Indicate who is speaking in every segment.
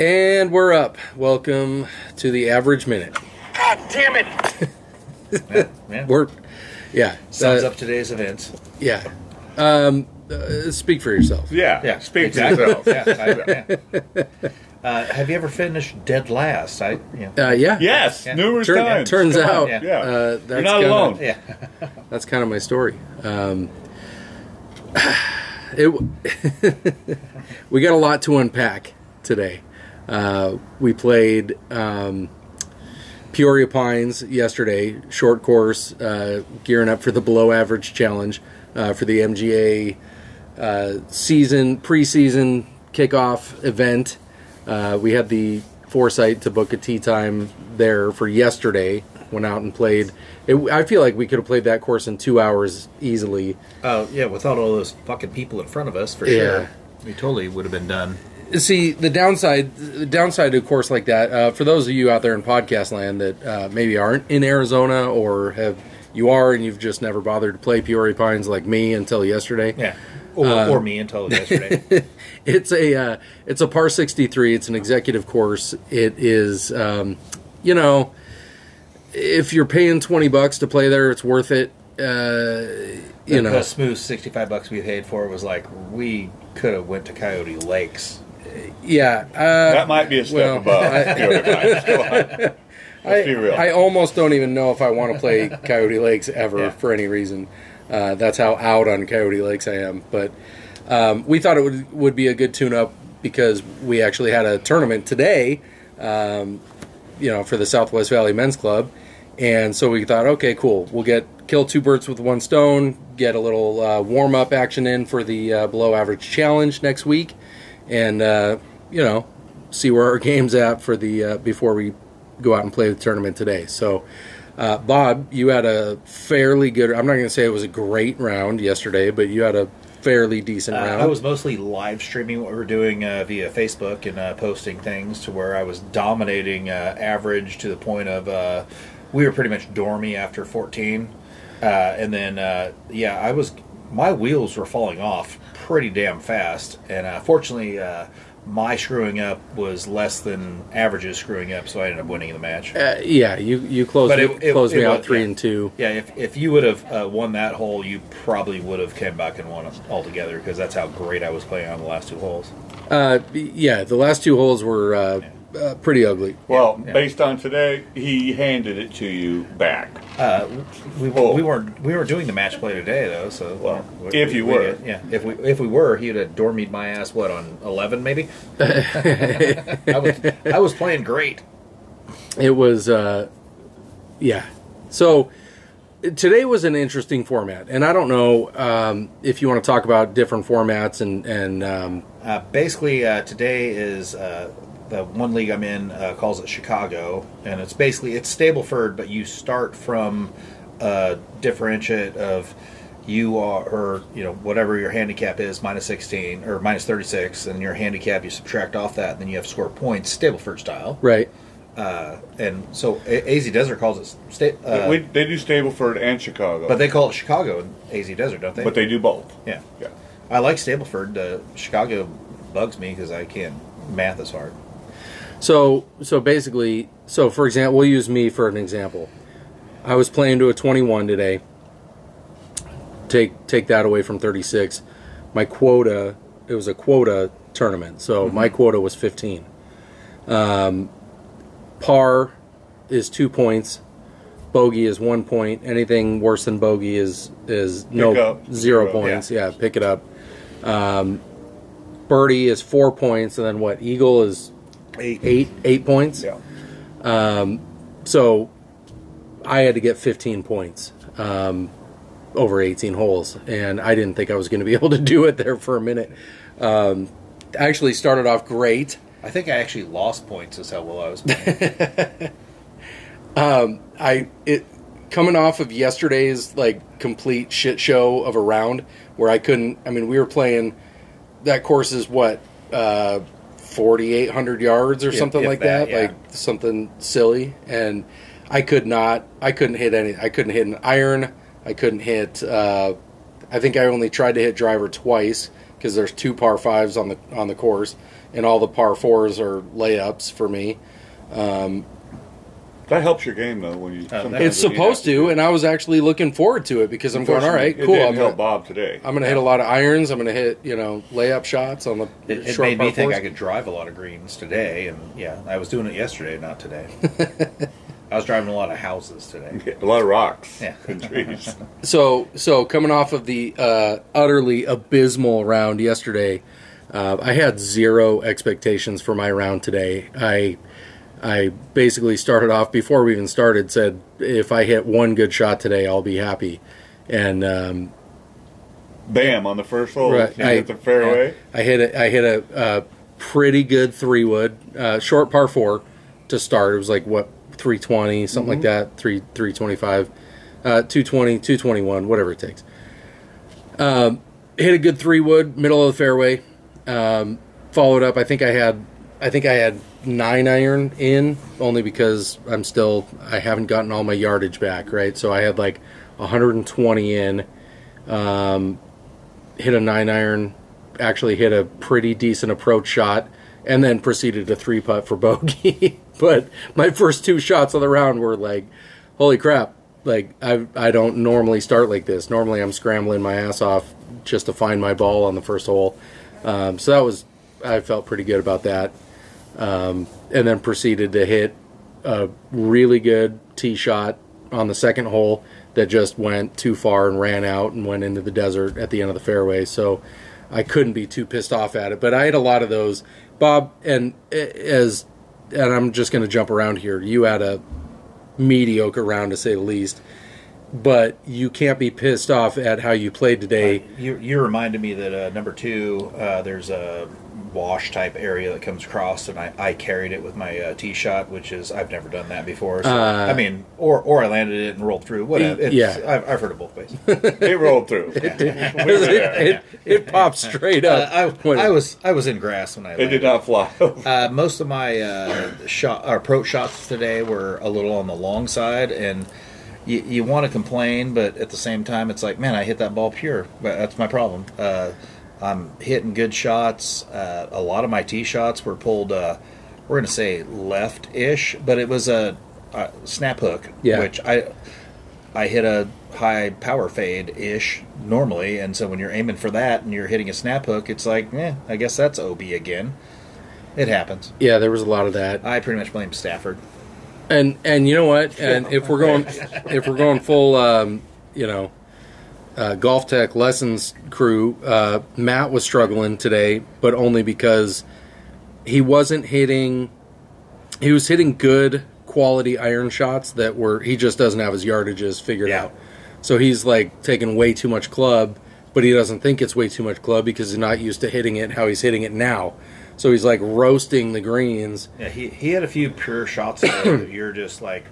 Speaker 1: And we're up. Welcome to the average minute.
Speaker 2: God damn it!
Speaker 3: Yeah, yeah.
Speaker 1: We're, yeah,
Speaker 3: Sums
Speaker 1: uh,
Speaker 3: up today's events.
Speaker 1: Yeah, um, uh, speak for yourself.
Speaker 4: Yeah.
Speaker 3: Yeah,
Speaker 4: Speak
Speaker 3: exactly.
Speaker 4: to yourself.
Speaker 3: yeah, I- yeah. Uh, have you ever finished dead last? I, you know,
Speaker 1: Uh, yeah.
Speaker 4: Yes,
Speaker 3: Yeah.
Speaker 4: numerous
Speaker 1: Turn,
Speaker 4: times.
Speaker 1: Turns
Speaker 3: Come on,
Speaker 1: out,
Speaker 3: yeah.
Speaker 4: Yeah.
Speaker 1: uh, that's
Speaker 4: You're not
Speaker 1: kinda-
Speaker 4: alone.
Speaker 3: yeah,
Speaker 1: That's kind of my story. Um, it we got a lot to unpack today. Uh, we played um, Peoria Pines yesterday, short course, uh, gearing up for the below average challenge uh, for the MGA uh, season preseason kickoff event. Uh, we had the foresight to book a tea time there for yesterday. Went out and played. It, I feel like we could have played that course in two hours easily.
Speaker 3: oh yeah. Without all those fucking people in front of us, for
Speaker 1: Yeah.
Speaker 3: sure, we totally would have been done.
Speaker 1: see the downside the downside to a course like that uh, for those of you out there in podcast land that uh, maybe aren't in arizona or have you are and you've just never bothered to play peoria pines like me until yesterday
Speaker 3: Yeah, Um, or, or me until yesterday.
Speaker 1: it's a uh, it's a par 63 it's an executive course it is um, you know if you're paying 20 bucks to play there it's worth it uh, you know
Speaker 3: the smooth sixty-five bucks we paid for was like we could have went to Coyote Lakes.
Speaker 1: yeah uh,
Speaker 4: That might be a step
Speaker 1: Well,
Speaker 4: above. Peoria Pines. Go on. Let's be real.
Speaker 1: I almost don't even know if I want to play Coyote Lakes ever
Speaker 3: Yeah.
Speaker 1: for any reason. Uh, that's how out on Coyote Lakes I am. But um, we thought it would would be a good tune up because we actually had a tournament today, um, you know, for the Southwest Valley Men's Club, and so we thought, okay, cool, we'll get kill two birds with one stone, get a little uh, warm up action in for the uh, below average challenge next week, and uh, you know, see where our game's at for the uh, before we go out and play the tournament today. So, uh, Bob, you had a fairly good. I'm not going to say it was a great round yesterday, but you had a fairly decent
Speaker 3: Uh,
Speaker 1: round.
Speaker 3: I was mostly live streaming what we were doing uh, via Facebook and uh, posting things to where I was dominating uh, average to the point of uh, we were pretty much dormy after 14. Uh, and then, uh, yeah, I was my wheels were falling off pretty damn fast. And uh, fortunately, uh, my screwing up was less than average's screwing up, so I ended up winning the match.
Speaker 1: Uh, yeah, you you closed
Speaker 3: But
Speaker 1: me,
Speaker 3: it- it-
Speaker 1: closed
Speaker 3: it
Speaker 1: me out
Speaker 3: was-
Speaker 1: three
Speaker 3: yeah.
Speaker 1: and two.
Speaker 3: Yeah, if, if you would have uh, won that hole, you probably would have came back and won it altogether because that's how great I was playing on the last two holes.
Speaker 1: Uh, yeah, the last two holes were uh, uh, pretty ugly.
Speaker 4: well,
Speaker 3: yeah.
Speaker 4: based on today, he handed it to you back.
Speaker 3: Uh, We,
Speaker 4: Well-
Speaker 3: we weren't we were doing the match play today though, so
Speaker 4: Well,
Speaker 3: we-
Speaker 4: if you
Speaker 3: we
Speaker 4: were.
Speaker 3: did, yeah, if we if we were, he'd have dormied my ass what on eleven maybe. I was I was playing great.
Speaker 1: It was, uh, yeah. So today was an interesting format, and I don't know um, if you want to talk about different formats and and um,
Speaker 3: Uh, basically, uh, today is uh, the one league I'm in uh, calls it Chicago, and it's basically it's Stableford, but you start from a differentiate of you are or you know whatever your handicap is minus 16 or minus 36 and your handicap you subtract off that and then you have to score points stableford style
Speaker 1: right.
Speaker 3: uh, and so A- az desert calls it sta- uh,
Speaker 4: we, they do Stableford and Chicago,
Speaker 3: but they call it chicago and az desert don't they
Speaker 4: but they do both.
Speaker 3: yeah
Speaker 4: Yeah.
Speaker 3: i like stableford uh, chicago bugs me because i can't math is hard
Speaker 1: So so basically, so for example, we'll use me for an example. I was playing to a 21 today. Take take that away from 36. My quota, it was a quota tournament, so my quota was 15. Um, par is two points, bogey is one point. Anything worse than bogey is is no
Speaker 4: up,
Speaker 1: zero
Speaker 4: zero,
Speaker 1: points. Yeah. pick it up. Um, birdie is four points, and then what? Eagle is
Speaker 3: Eight.
Speaker 1: eight eight points.
Speaker 4: Yeah.
Speaker 1: So I had to get 15 points um, over 18 holes, and I didn't think I was going to be able to do it there for a minute. Um, actually, started off great.
Speaker 3: I think I actually lost points is how well I was playing.
Speaker 1: I it coming off of yesterday's like complete shit show of a round where I couldn't. I mean, we were playing that course is what uh, forty eight hundred yards or something
Speaker 3: if
Speaker 1: like that,
Speaker 3: that, yeah.
Speaker 1: like something silly. And I could not. I couldn't hit any. I couldn't hit an iron. I couldn't hit. Uh, I think I only tried to hit driver twice because there's two par fives on the on the course, and all the par fours are layups for me.
Speaker 4: That helps your game though when you.
Speaker 3: Uh,
Speaker 4: sometimes
Speaker 1: It's
Speaker 4: when you
Speaker 1: supposed
Speaker 4: have
Speaker 1: to, and I was actually looking forward to it because I'm going, all right,
Speaker 4: It
Speaker 1: cool.
Speaker 4: didn't
Speaker 1: I'm
Speaker 4: help
Speaker 1: gonna,
Speaker 4: Bob today.
Speaker 1: I'm gonna hit a lot of irons. I'm gonna hit you know layup shots on the
Speaker 3: It, it
Speaker 1: short
Speaker 3: made
Speaker 1: par
Speaker 3: me think
Speaker 1: fours.
Speaker 3: I could drive a lot of greens today, and yeah, I was doing it yesterday, not today. I was driving a lot of houses today.
Speaker 4: a lot of rocks
Speaker 3: Yeah.
Speaker 4: and trees.
Speaker 1: So, so coming off of the uh, utterly abysmal round yesterday, uh, I had zero expectations for my round today. I, I basically started off before we even started said if I hit one good shot today, I'll be happy, and um,
Speaker 4: Bam on the first hole.
Speaker 1: Right,
Speaker 4: you
Speaker 1: I-
Speaker 4: hit the fairway.
Speaker 1: I hit a, I hit a, a pretty good three wood, uh, short par four to start. It was like what three twenty something like that, three three twenty five, uh, 220, 221, whatever it takes. Um, hit a good three wood, middle of the fairway. Um, followed up. I think I had I think I had nine iron in only because I'm still I haven't gotten all my yardage back right. So I had like 120 in hit a nine iron, actually hit a pretty decent approach shot, and then proceeded to three putt for bogey. but my first two shots of the round were like, holy crap! Like I I don't normally start like this. Normally I'm scrambling my ass off just to find my ball on the first hole. Um, so that was I felt pretty good about that, um, and then proceeded to hit a really good tee shot on the second hole that just went too far and ran out and went into the desert at the end of the fairway. So I couldn't be too pissed off at it. But I had a lot of those, Bob, and eh, as and I'm just going to jump around here. You had a mediocre round to say the least, but you can't be pissed off at how you played today.
Speaker 3: You, you reminded me that uh, number two, uh, there's a wash type area that comes across, and I, I carried it with my uh, tee shot, which is I've never done that before. So, I mean, or or I landed it and rolled through. Whatever. It's,
Speaker 1: Uh, Yeah.
Speaker 3: I've, I've heard it both ways.
Speaker 4: It rolled through.
Speaker 1: it, it, it popped straight up.
Speaker 3: Uh, I,
Speaker 1: When-
Speaker 3: I was I was in grass when I
Speaker 4: It
Speaker 3: landed.
Speaker 4: did not fly.
Speaker 3: Uh, most of my uh, shot or approach shots today were a little on the long side, and you, you want to complain, but at the same time, it's like, man, I hit that ball pure. But that's my problem. Uh, I'm hitting good shots. Uh, a lot of my tee shots were pulled. Uh, we're gonna say left ish, but it was a, a snap hook,
Speaker 1: Yeah.
Speaker 3: which I I hit a high power fade ish normally, and so when you're aiming for that and you're hitting a snap hook, it's like, eh, I guess that's OB again. It happens.
Speaker 1: yeah, there was a lot of that.
Speaker 3: I pretty much blame Stafford.
Speaker 1: And and you know what? And if we're going if we're going full, um, you know, uh, golf tech lessons crew, uh, Matt was struggling today, but only because he wasn't hitting. He was hitting good quality iron shots that were. He just doesn't have his yardages figured
Speaker 3: Yeah.
Speaker 1: out. So he's like taking way too much club, but he doesn't think it's way too much club because he's not used to hitting it how he's hitting it now. So he's like roasting the greens.
Speaker 3: Yeah, he, he had a few pure shots there that you're just like,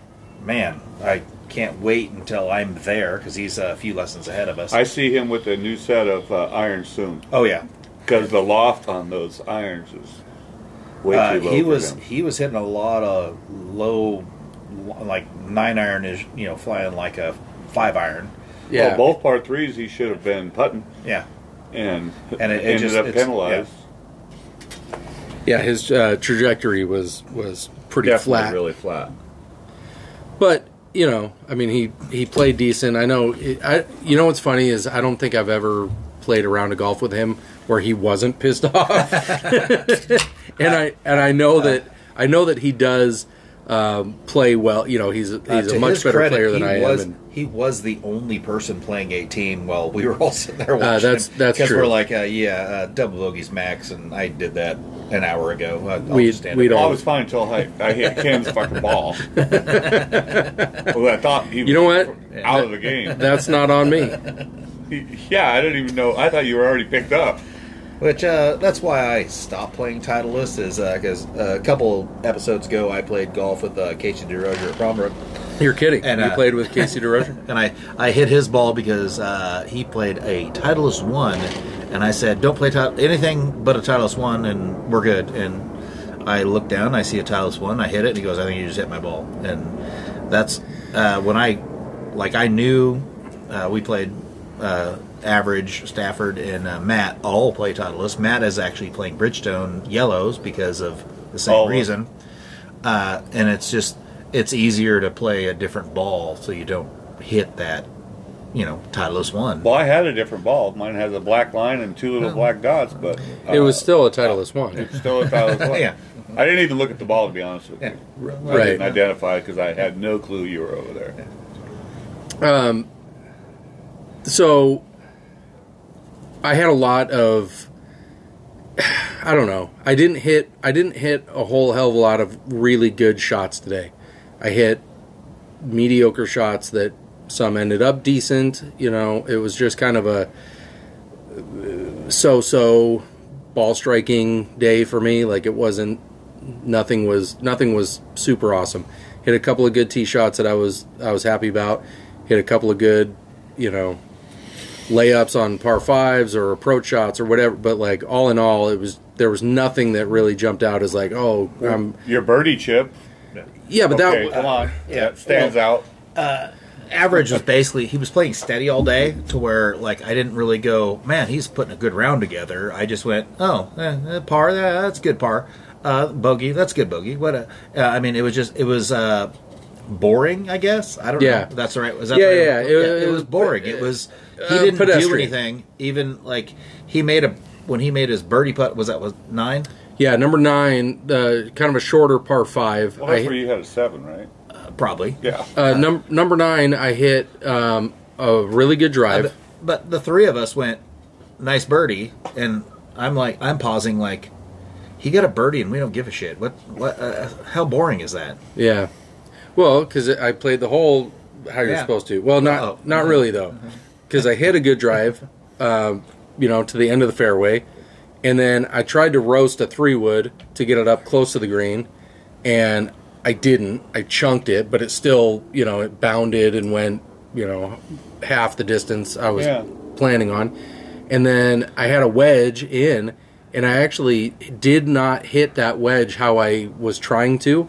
Speaker 3: man, I can't wait until I'm there because he's a few lessons ahead of us.
Speaker 4: I see him with a new set of uh, irons soon
Speaker 3: oh yeah,
Speaker 4: because the loft on those irons is way
Speaker 3: uh,
Speaker 4: too low.
Speaker 3: he
Speaker 4: for
Speaker 3: was
Speaker 4: them.
Speaker 3: he was hitting a lot of low, like nine iron is you know flying like a five iron.
Speaker 1: Yeah,
Speaker 4: Well, both par threes he should have been putting
Speaker 3: Yeah,
Speaker 4: and,
Speaker 3: And it- it
Speaker 4: ended
Speaker 3: just-
Speaker 4: up
Speaker 3: it's-
Speaker 4: penalized.
Speaker 1: Yeah, his uh, trajectory was was pretty
Speaker 4: Definitely
Speaker 1: flat.
Speaker 4: really flat.
Speaker 1: But you know, I mean, he he played decent. I know. It, I you know what's funny is I don't think I've ever played a round of golf with him where he wasn't pissed off. and I and I know that I know that he does um, play well. You know, he's he's
Speaker 3: Uh,
Speaker 1: a
Speaker 3: to
Speaker 1: much
Speaker 3: his
Speaker 1: better
Speaker 3: credit,
Speaker 1: player than
Speaker 3: he
Speaker 1: I
Speaker 3: was,
Speaker 1: am. and-
Speaker 3: He was the only person playing 18 while we were all sitting there watching.
Speaker 1: Uh, that's-
Speaker 3: him.
Speaker 1: that's
Speaker 3: 'Cause
Speaker 1: true.
Speaker 3: we're like, uh, yeah, uh, double bogeys max, and I did that an hour ago. I, I'll
Speaker 1: We-
Speaker 3: just stand
Speaker 1: we
Speaker 3: up.
Speaker 1: don't-
Speaker 4: I was fine until I, I hit Ken's fucking ball. well, I thought he was
Speaker 1: You know what?
Speaker 4: out of the game.
Speaker 1: that's not on me.
Speaker 4: yeah, I didn't even know. I thought you were already picked up.
Speaker 3: Which uh, that's why I stopped playing Titleist is because uh, a couple episodes ago I played golf with uh, Casey DeRozier at Prombrook,
Speaker 1: You're kidding.
Speaker 3: And,
Speaker 1: you
Speaker 3: uh,
Speaker 1: played with Casey DeRozier.
Speaker 3: and I, I hit his ball because uh, he played a Titleist one, and I said don't play tit- anything but a Titleist one, and we're good. And I look down, I see a Titleist one, I hit it, and he goes, I think you just hit my ball, and that's uh, when I like I knew uh, we played uh, Average, Stafford, and uh, Matt all play Titleist. Matt is actually playing Bridgestone Yellows because of the same
Speaker 4: Oh.
Speaker 3: reason. Uh, and it's just it's easier to play a different ball so you don't hit that, you know, Titleist one.
Speaker 4: Well, I had a different ball. Mine has a black line and two
Speaker 3: Oh.
Speaker 4: little black dots, but uh,
Speaker 1: it was still a Titleist one.
Speaker 4: still a Titleist
Speaker 1: Oh,
Speaker 4: one.
Speaker 3: Yeah.
Speaker 4: I didn't even look at the ball to be honest with
Speaker 3: Yeah.
Speaker 4: you. I
Speaker 1: Right.
Speaker 4: didn't identify because I had no clue you were over there.
Speaker 1: So I had a lot of I don't know. I didn't hit I didn't hit a whole hell of a lot of really good shots today. I hit mediocre shots that some ended up decent, you know, it was just kind of a uh, so-so ball striking day for me. Like it wasn't nothing was nothing was super awesome. Hit a couple of good tee shots that I was I was happy about. Hit a couple of good, you know, layups on par fives or approach shots or whatever. But like all in all, it was there was nothing that really jumped out as like oh um
Speaker 4: Your birdie chip.
Speaker 1: yeah, but
Speaker 4: okay,
Speaker 1: that
Speaker 4: come on,
Speaker 3: yeah.
Speaker 4: that stands out.
Speaker 3: average was basically he was playing steady all day to where like I didn't really go, man, he's putting a good round together. I just went, oh, eh, eh, par, eh, that's good par, uh, bogey, that's good bogey. What? A, uh, I mean, it was just it was uh, boring, I guess. I don't
Speaker 1: Yeah.
Speaker 3: know. That's the right. Was that
Speaker 1: Yeah,
Speaker 3: the right-
Speaker 1: yeah, it was-
Speaker 3: It was boring. It was he
Speaker 1: uh,
Speaker 3: didn't do
Speaker 1: pedestrian.
Speaker 3: anything. Even like he made a when he made his birdie putt was that was nine.
Speaker 1: yeah number nine uh, kind of a shorter par five.
Speaker 4: Well, that's
Speaker 1: I-
Speaker 4: where you had a seven, right?
Speaker 3: Uh, probably.
Speaker 4: Yeah.
Speaker 1: Uh, num- number nine, I hit um, a really good drive.
Speaker 3: But, but the three of us went nice birdie, and I'm like, I'm pausing like, he got a birdie, and we don't give a shit. What? What? Uh, how boring is that?
Speaker 1: Yeah. Well, because I played the whole how you're
Speaker 3: Yeah.
Speaker 1: supposed to. Well, not
Speaker 3: Uh-oh.
Speaker 1: not really though, because I hit a good drive, um, you know, to the end of the fairway, and then I tried to roast a three wood to get it up close to the green, and I didn't. I chunked it, but it still, you know, it bounded and went, you know, half the distance I was
Speaker 4: Yeah.
Speaker 1: planning on, and then I had a wedge in. And I actually did not hit that wedge how I was trying to,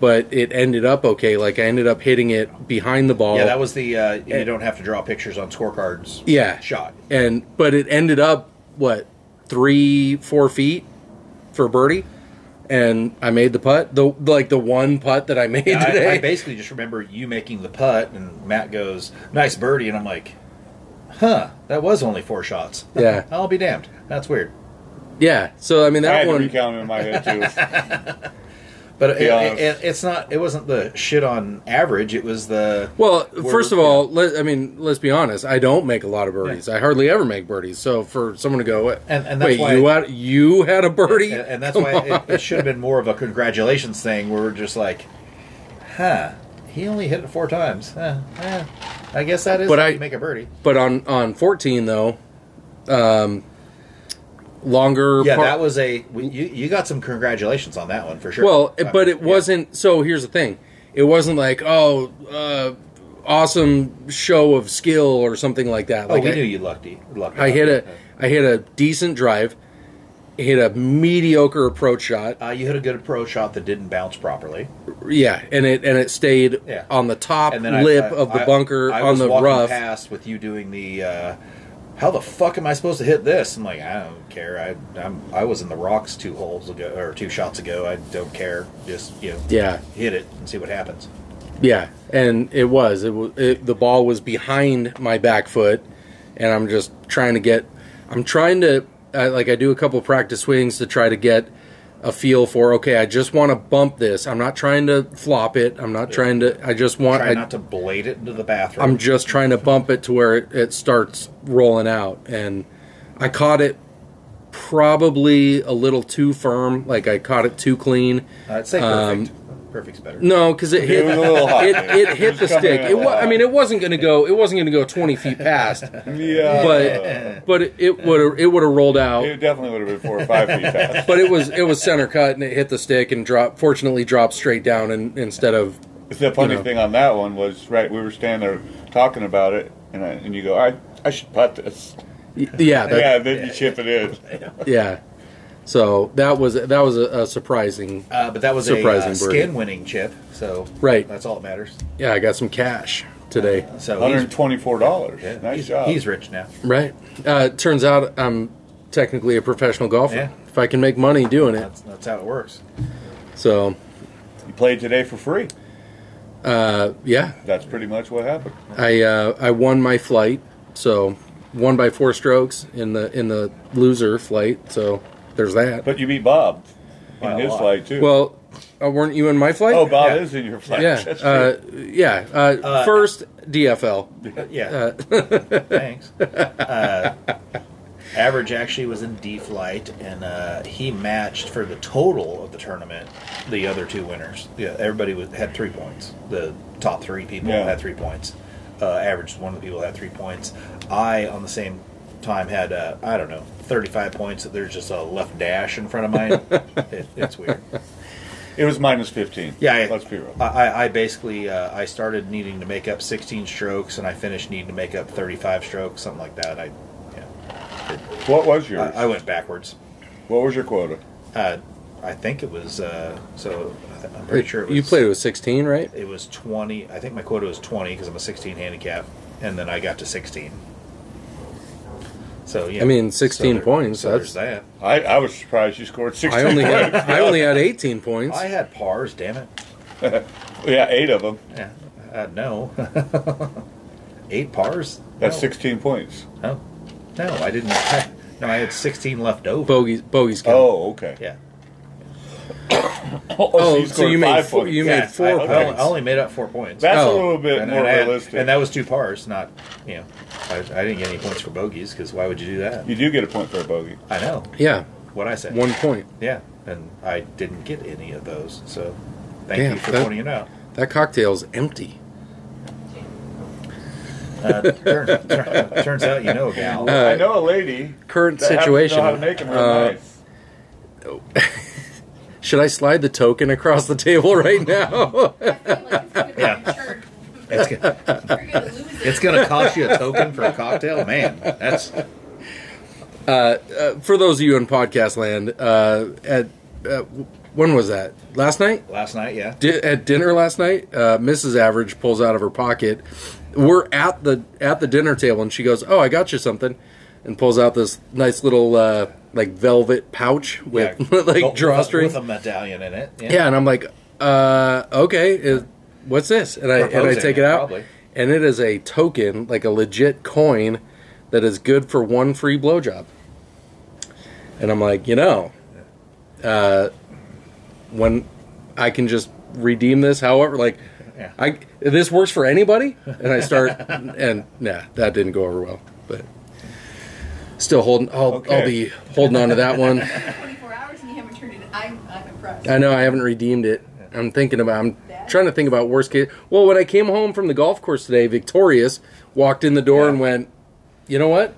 Speaker 1: but it ended up okay. Like I ended up hitting it behind the ball.
Speaker 3: Yeah, that was the. Uh, you don't have to draw pictures on scorecards.
Speaker 1: yeah
Speaker 3: Shot.
Speaker 1: And but it ended up what three four feet for birdie, and I made the putt. The like the one putt that I made
Speaker 3: Yeah,
Speaker 1: today.
Speaker 3: I, I basically just remember you making the putt, and Matt goes, "Nice birdie," and I'm like, "Huh, that was only four shots."
Speaker 1: Yeah.
Speaker 3: I'll be damned. That's weird.
Speaker 1: yeah. So I mean
Speaker 4: I
Speaker 1: that
Speaker 4: had to
Speaker 1: one.
Speaker 4: recount them in my head too.
Speaker 3: But it,
Speaker 4: Yeah.
Speaker 3: it, it, it's not. It wasn't the shit on average. It was the
Speaker 1: Well,
Speaker 3: Where-
Speaker 1: first of all, let, I mean, let's be honest. I don't make a lot of birdies. I hardly ever make birdies. So for someone to go,
Speaker 3: And- and
Speaker 1: wait,
Speaker 3: that's why-
Speaker 1: you had, you had a birdie,
Speaker 3: and, and that's
Speaker 1: Come
Speaker 3: why it, it should have been more of a congratulations thing where we're just like huh he only hit it four times huh, eh, i guess that is
Speaker 1: But
Speaker 3: if
Speaker 1: I-
Speaker 3: you make a birdie
Speaker 1: But on on fourteen though, um, longer.
Speaker 3: yeah
Speaker 1: par-
Speaker 3: that was a we- you, you got some congratulations on that one for sure
Speaker 1: well,
Speaker 3: I
Speaker 1: it- but
Speaker 3: mean,
Speaker 1: it
Speaker 3: yeah.
Speaker 1: wasn't. So here's the thing: it wasn't like oh, uh, awesome show of skill or something like that.
Speaker 3: oh
Speaker 1: Like
Speaker 3: we
Speaker 1: I,
Speaker 3: knew you lucky lucky
Speaker 1: I hit a I hit a decent drive, hit a mediocre approach shot.
Speaker 3: uh, you hit a good pro shot that didn't bounce properly
Speaker 1: Yeah, and it and it stayed
Speaker 3: Yeah.
Speaker 1: on the top
Speaker 3: and then I-
Speaker 1: lip
Speaker 3: I-
Speaker 1: of the
Speaker 3: I-
Speaker 1: bunker
Speaker 3: I
Speaker 1: on
Speaker 3: was
Speaker 1: the
Speaker 3: walking
Speaker 1: rough.
Speaker 3: past with you doing the uh, how the fuck am I supposed to hit this? I'm like, I don't care. I I'm, I was in the rocks two holes ago or two shots ago. I don't care. Just you know,
Speaker 1: Yeah.
Speaker 3: hit it and see what happens.
Speaker 1: Yeah, and it was. It was it, the ball was behind my back foot, and I'm just trying to get. I'm trying to uh, like I do a couple practice swings to try to get a feel for. Okay, I just want to bump this. I'm not trying to flop it. I'm not trying to. I just want.
Speaker 3: Try
Speaker 1: I,
Speaker 3: not to blade it into the bathroom.
Speaker 1: I'm just trying to bump it to where it, it starts rolling out, and I caught it probably a little too firm. Like I caught it too clean.
Speaker 3: Uh, I'd say perfect. Perfect's better.
Speaker 1: Um, No, because it hit
Speaker 4: was a little hot,
Speaker 1: it,
Speaker 4: dude.
Speaker 1: it
Speaker 4: It
Speaker 1: hit
Speaker 4: was
Speaker 1: the
Speaker 4: coming
Speaker 1: stick.
Speaker 4: in a
Speaker 1: It wa-
Speaker 4: lot.
Speaker 1: I mean, it wasn't going to go. It wasn't going to go twenty feet past.
Speaker 4: yeah,
Speaker 1: But but it- it would it would have rolled
Speaker 4: it
Speaker 1: out.
Speaker 4: definitely would have been four or five feet fast.
Speaker 1: But it was it was center cut and it hit the stick and dropped. Fortunately, dropped straight down and instead of
Speaker 4: The funny
Speaker 1: You know.
Speaker 4: thing on that one was right. We were standing there talking about it, and I, and you go, I I should putt this.
Speaker 1: yeah that,
Speaker 4: yeah, then you chip it in.
Speaker 1: yeah. So that was that was a, a surprising.
Speaker 3: Uh, but that was
Speaker 1: Surprising
Speaker 3: a uh,
Speaker 1: birdie.
Speaker 3: skin winning chip, so
Speaker 1: Right.
Speaker 3: That's all that matters.
Speaker 1: Yeah, I got some cash. today.
Speaker 3: So
Speaker 4: One
Speaker 3: he's,
Speaker 4: hundred twenty-four dollars.
Speaker 3: yeah,
Speaker 4: nice
Speaker 3: he's,
Speaker 4: job.
Speaker 3: he's rich now.
Speaker 1: Right. Uh, it turns out I'm technically a professional golfer.
Speaker 3: Yeah.
Speaker 1: If I can make money doing it,
Speaker 3: That's that's how it works.
Speaker 1: so
Speaker 4: you played today for free.
Speaker 1: uh, yeah,
Speaker 4: That's pretty much what happened.
Speaker 1: I uh, I won my flight, so won by four strokes in the in the loser flight. So there's that.
Speaker 4: But you beat Bob
Speaker 3: By
Speaker 4: in
Speaker 3: a
Speaker 4: his
Speaker 3: lot.
Speaker 4: flight too.
Speaker 1: well, uh, weren't you in my flight?
Speaker 4: oh, Bob
Speaker 3: yeah.
Speaker 4: is in your flight.
Speaker 1: yeah,
Speaker 4: That's
Speaker 1: uh,
Speaker 4: true.
Speaker 1: yeah. Uh, first DFL.
Speaker 3: But yeah. Thanks. Uh, average actually was in D flight, and uh, he matched for the total of the tournament the other two winners. Yeah, everybody was, had three points. The top three people
Speaker 4: Yeah.
Speaker 3: had three points. Uh, average was one of the people that had three points. I, on the same time, had uh, I don't know thirty-five points. There's just a left dash in front of mine. it, it's weird.
Speaker 4: it was minus fifteen.
Speaker 3: Yeah, I,
Speaker 4: let's be real.
Speaker 3: I, I- I basically uh, I started needing to make up 16 strokes, and I finished needing to make up 35 strokes, something like that. I, yeah,
Speaker 4: what was yours?
Speaker 3: I, I went backwards.
Speaker 4: what was your quota?
Speaker 3: Uh, I think it was uh, so. I th- I'm pretty sure it was.
Speaker 1: you played with 16, right?
Speaker 3: It was 20. I think my quota was 20 because I'm a 16 handicap, and then I got to 16. So yeah,
Speaker 1: I mean, 16 points,
Speaker 3: So
Speaker 1: that's-
Speaker 3: there's that.
Speaker 4: I, I was surprised you scored sixteen.
Speaker 1: I only had
Speaker 4: points.
Speaker 1: I only had 18 points.
Speaker 3: I had pars. Damn it.
Speaker 4: yeah, eight of them.
Speaker 3: Yeah. Uh, no. Eight pars.
Speaker 4: That's
Speaker 3: No.
Speaker 4: sixteen points.
Speaker 3: No, Oh. no, I didn't. no, I had 16 left over.
Speaker 1: bogeys bogeys count.
Speaker 4: Oh, okay.
Speaker 3: Yeah.
Speaker 4: Oh,
Speaker 1: Oh, so
Speaker 4: scored
Speaker 1: you made
Speaker 4: five
Speaker 1: four-
Speaker 4: points.
Speaker 1: you made
Speaker 3: Yeah,
Speaker 1: four
Speaker 3: I, I only-
Speaker 1: points.
Speaker 3: I only made up four points.
Speaker 4: That's
Speaker 1: Oh.
Speaker 4: a little bit
Speaker 3: and,
Speaker 4: more
Speaker 3: and I-
Speaker 4: realistic.
Speaker 3: and that was two pars, not you know. I, I didn't get any points for bogeys because why would you do that?
Speaker 4: you do get a point for a bogey.
Speaker 3: I know
Speaker 1: Yeah,
Speaker 3: what I said.
Speaker 1: one point.
Speaker 3: Yeah, and I didn't get any of those. So thank
Speaker 1: Damn,
Speaker 3: you for
Speaker 1: that-
Speaker 3: pointing it out.
Speaker 1: That cocktail's empty.
Speaker 3: Uh, turn, turn, turns out you know a gal.
Speaker 1: Uh,
Speaker 4: I know a lady.
Speaker 1: Current
Speaker 4: that happens
Speaker 1: situation.
Speaker 4: To know how to make 'em real
Speaker 1: uh,
Speaker 4: nice.
Speaker 1: Should I slide the token across the table right now?
Speaker 3: Yeah.
Speaker 2: Yeah.
Speaker 3: It's, go- it's gonna cost you a token for a cocktail, man. That's
Speaker 1: For those of you in podcast land, uh, at uh, when was that? Last night?
Speaker 3: last night. Yeah.
Speaker 1: Di- at dinner last night, uh, Mrs. Average pulls out of her pocket. We're at the at the dinner table, and she goes, "Oh, I got you something," and pulls out this nice little uh, like velvet pouch with
Speaker 3: Yeah.
Speaker 1: like
Speaker 3: With a-
Speaker 1: drawstring.
Speaker 3: with a medallion in it.
Speaker 1: Yeah, and I'm like, uh, okay, is, what's this? And I and I
Speaker 3: Proposing,
Speaker 1: take it out,
Speaker 3: probably.
Speaker 1: and it is a token, like a legit coin, that is good for one free blowjob. And I'm like, you know, uh, when I can just redeem this, however, like,
Speaker 3: Yeah.
Speaker 1: I this works for anybody, and I start, and nah, that didn't go over well, but. Still holding, I'll, I'll
Speaker 4: Okay.
Speaker 1: be holding on to that one.
Speaker 2: 24 hours and you haven't turned it. I'm, I'm impressed.
Speaker 1: I know I haven't redeemed it. I'm thinking about. I'm trying to think about worst case. Well, when I came home from the golf course today, victorious, walked in the door and went, "You know what?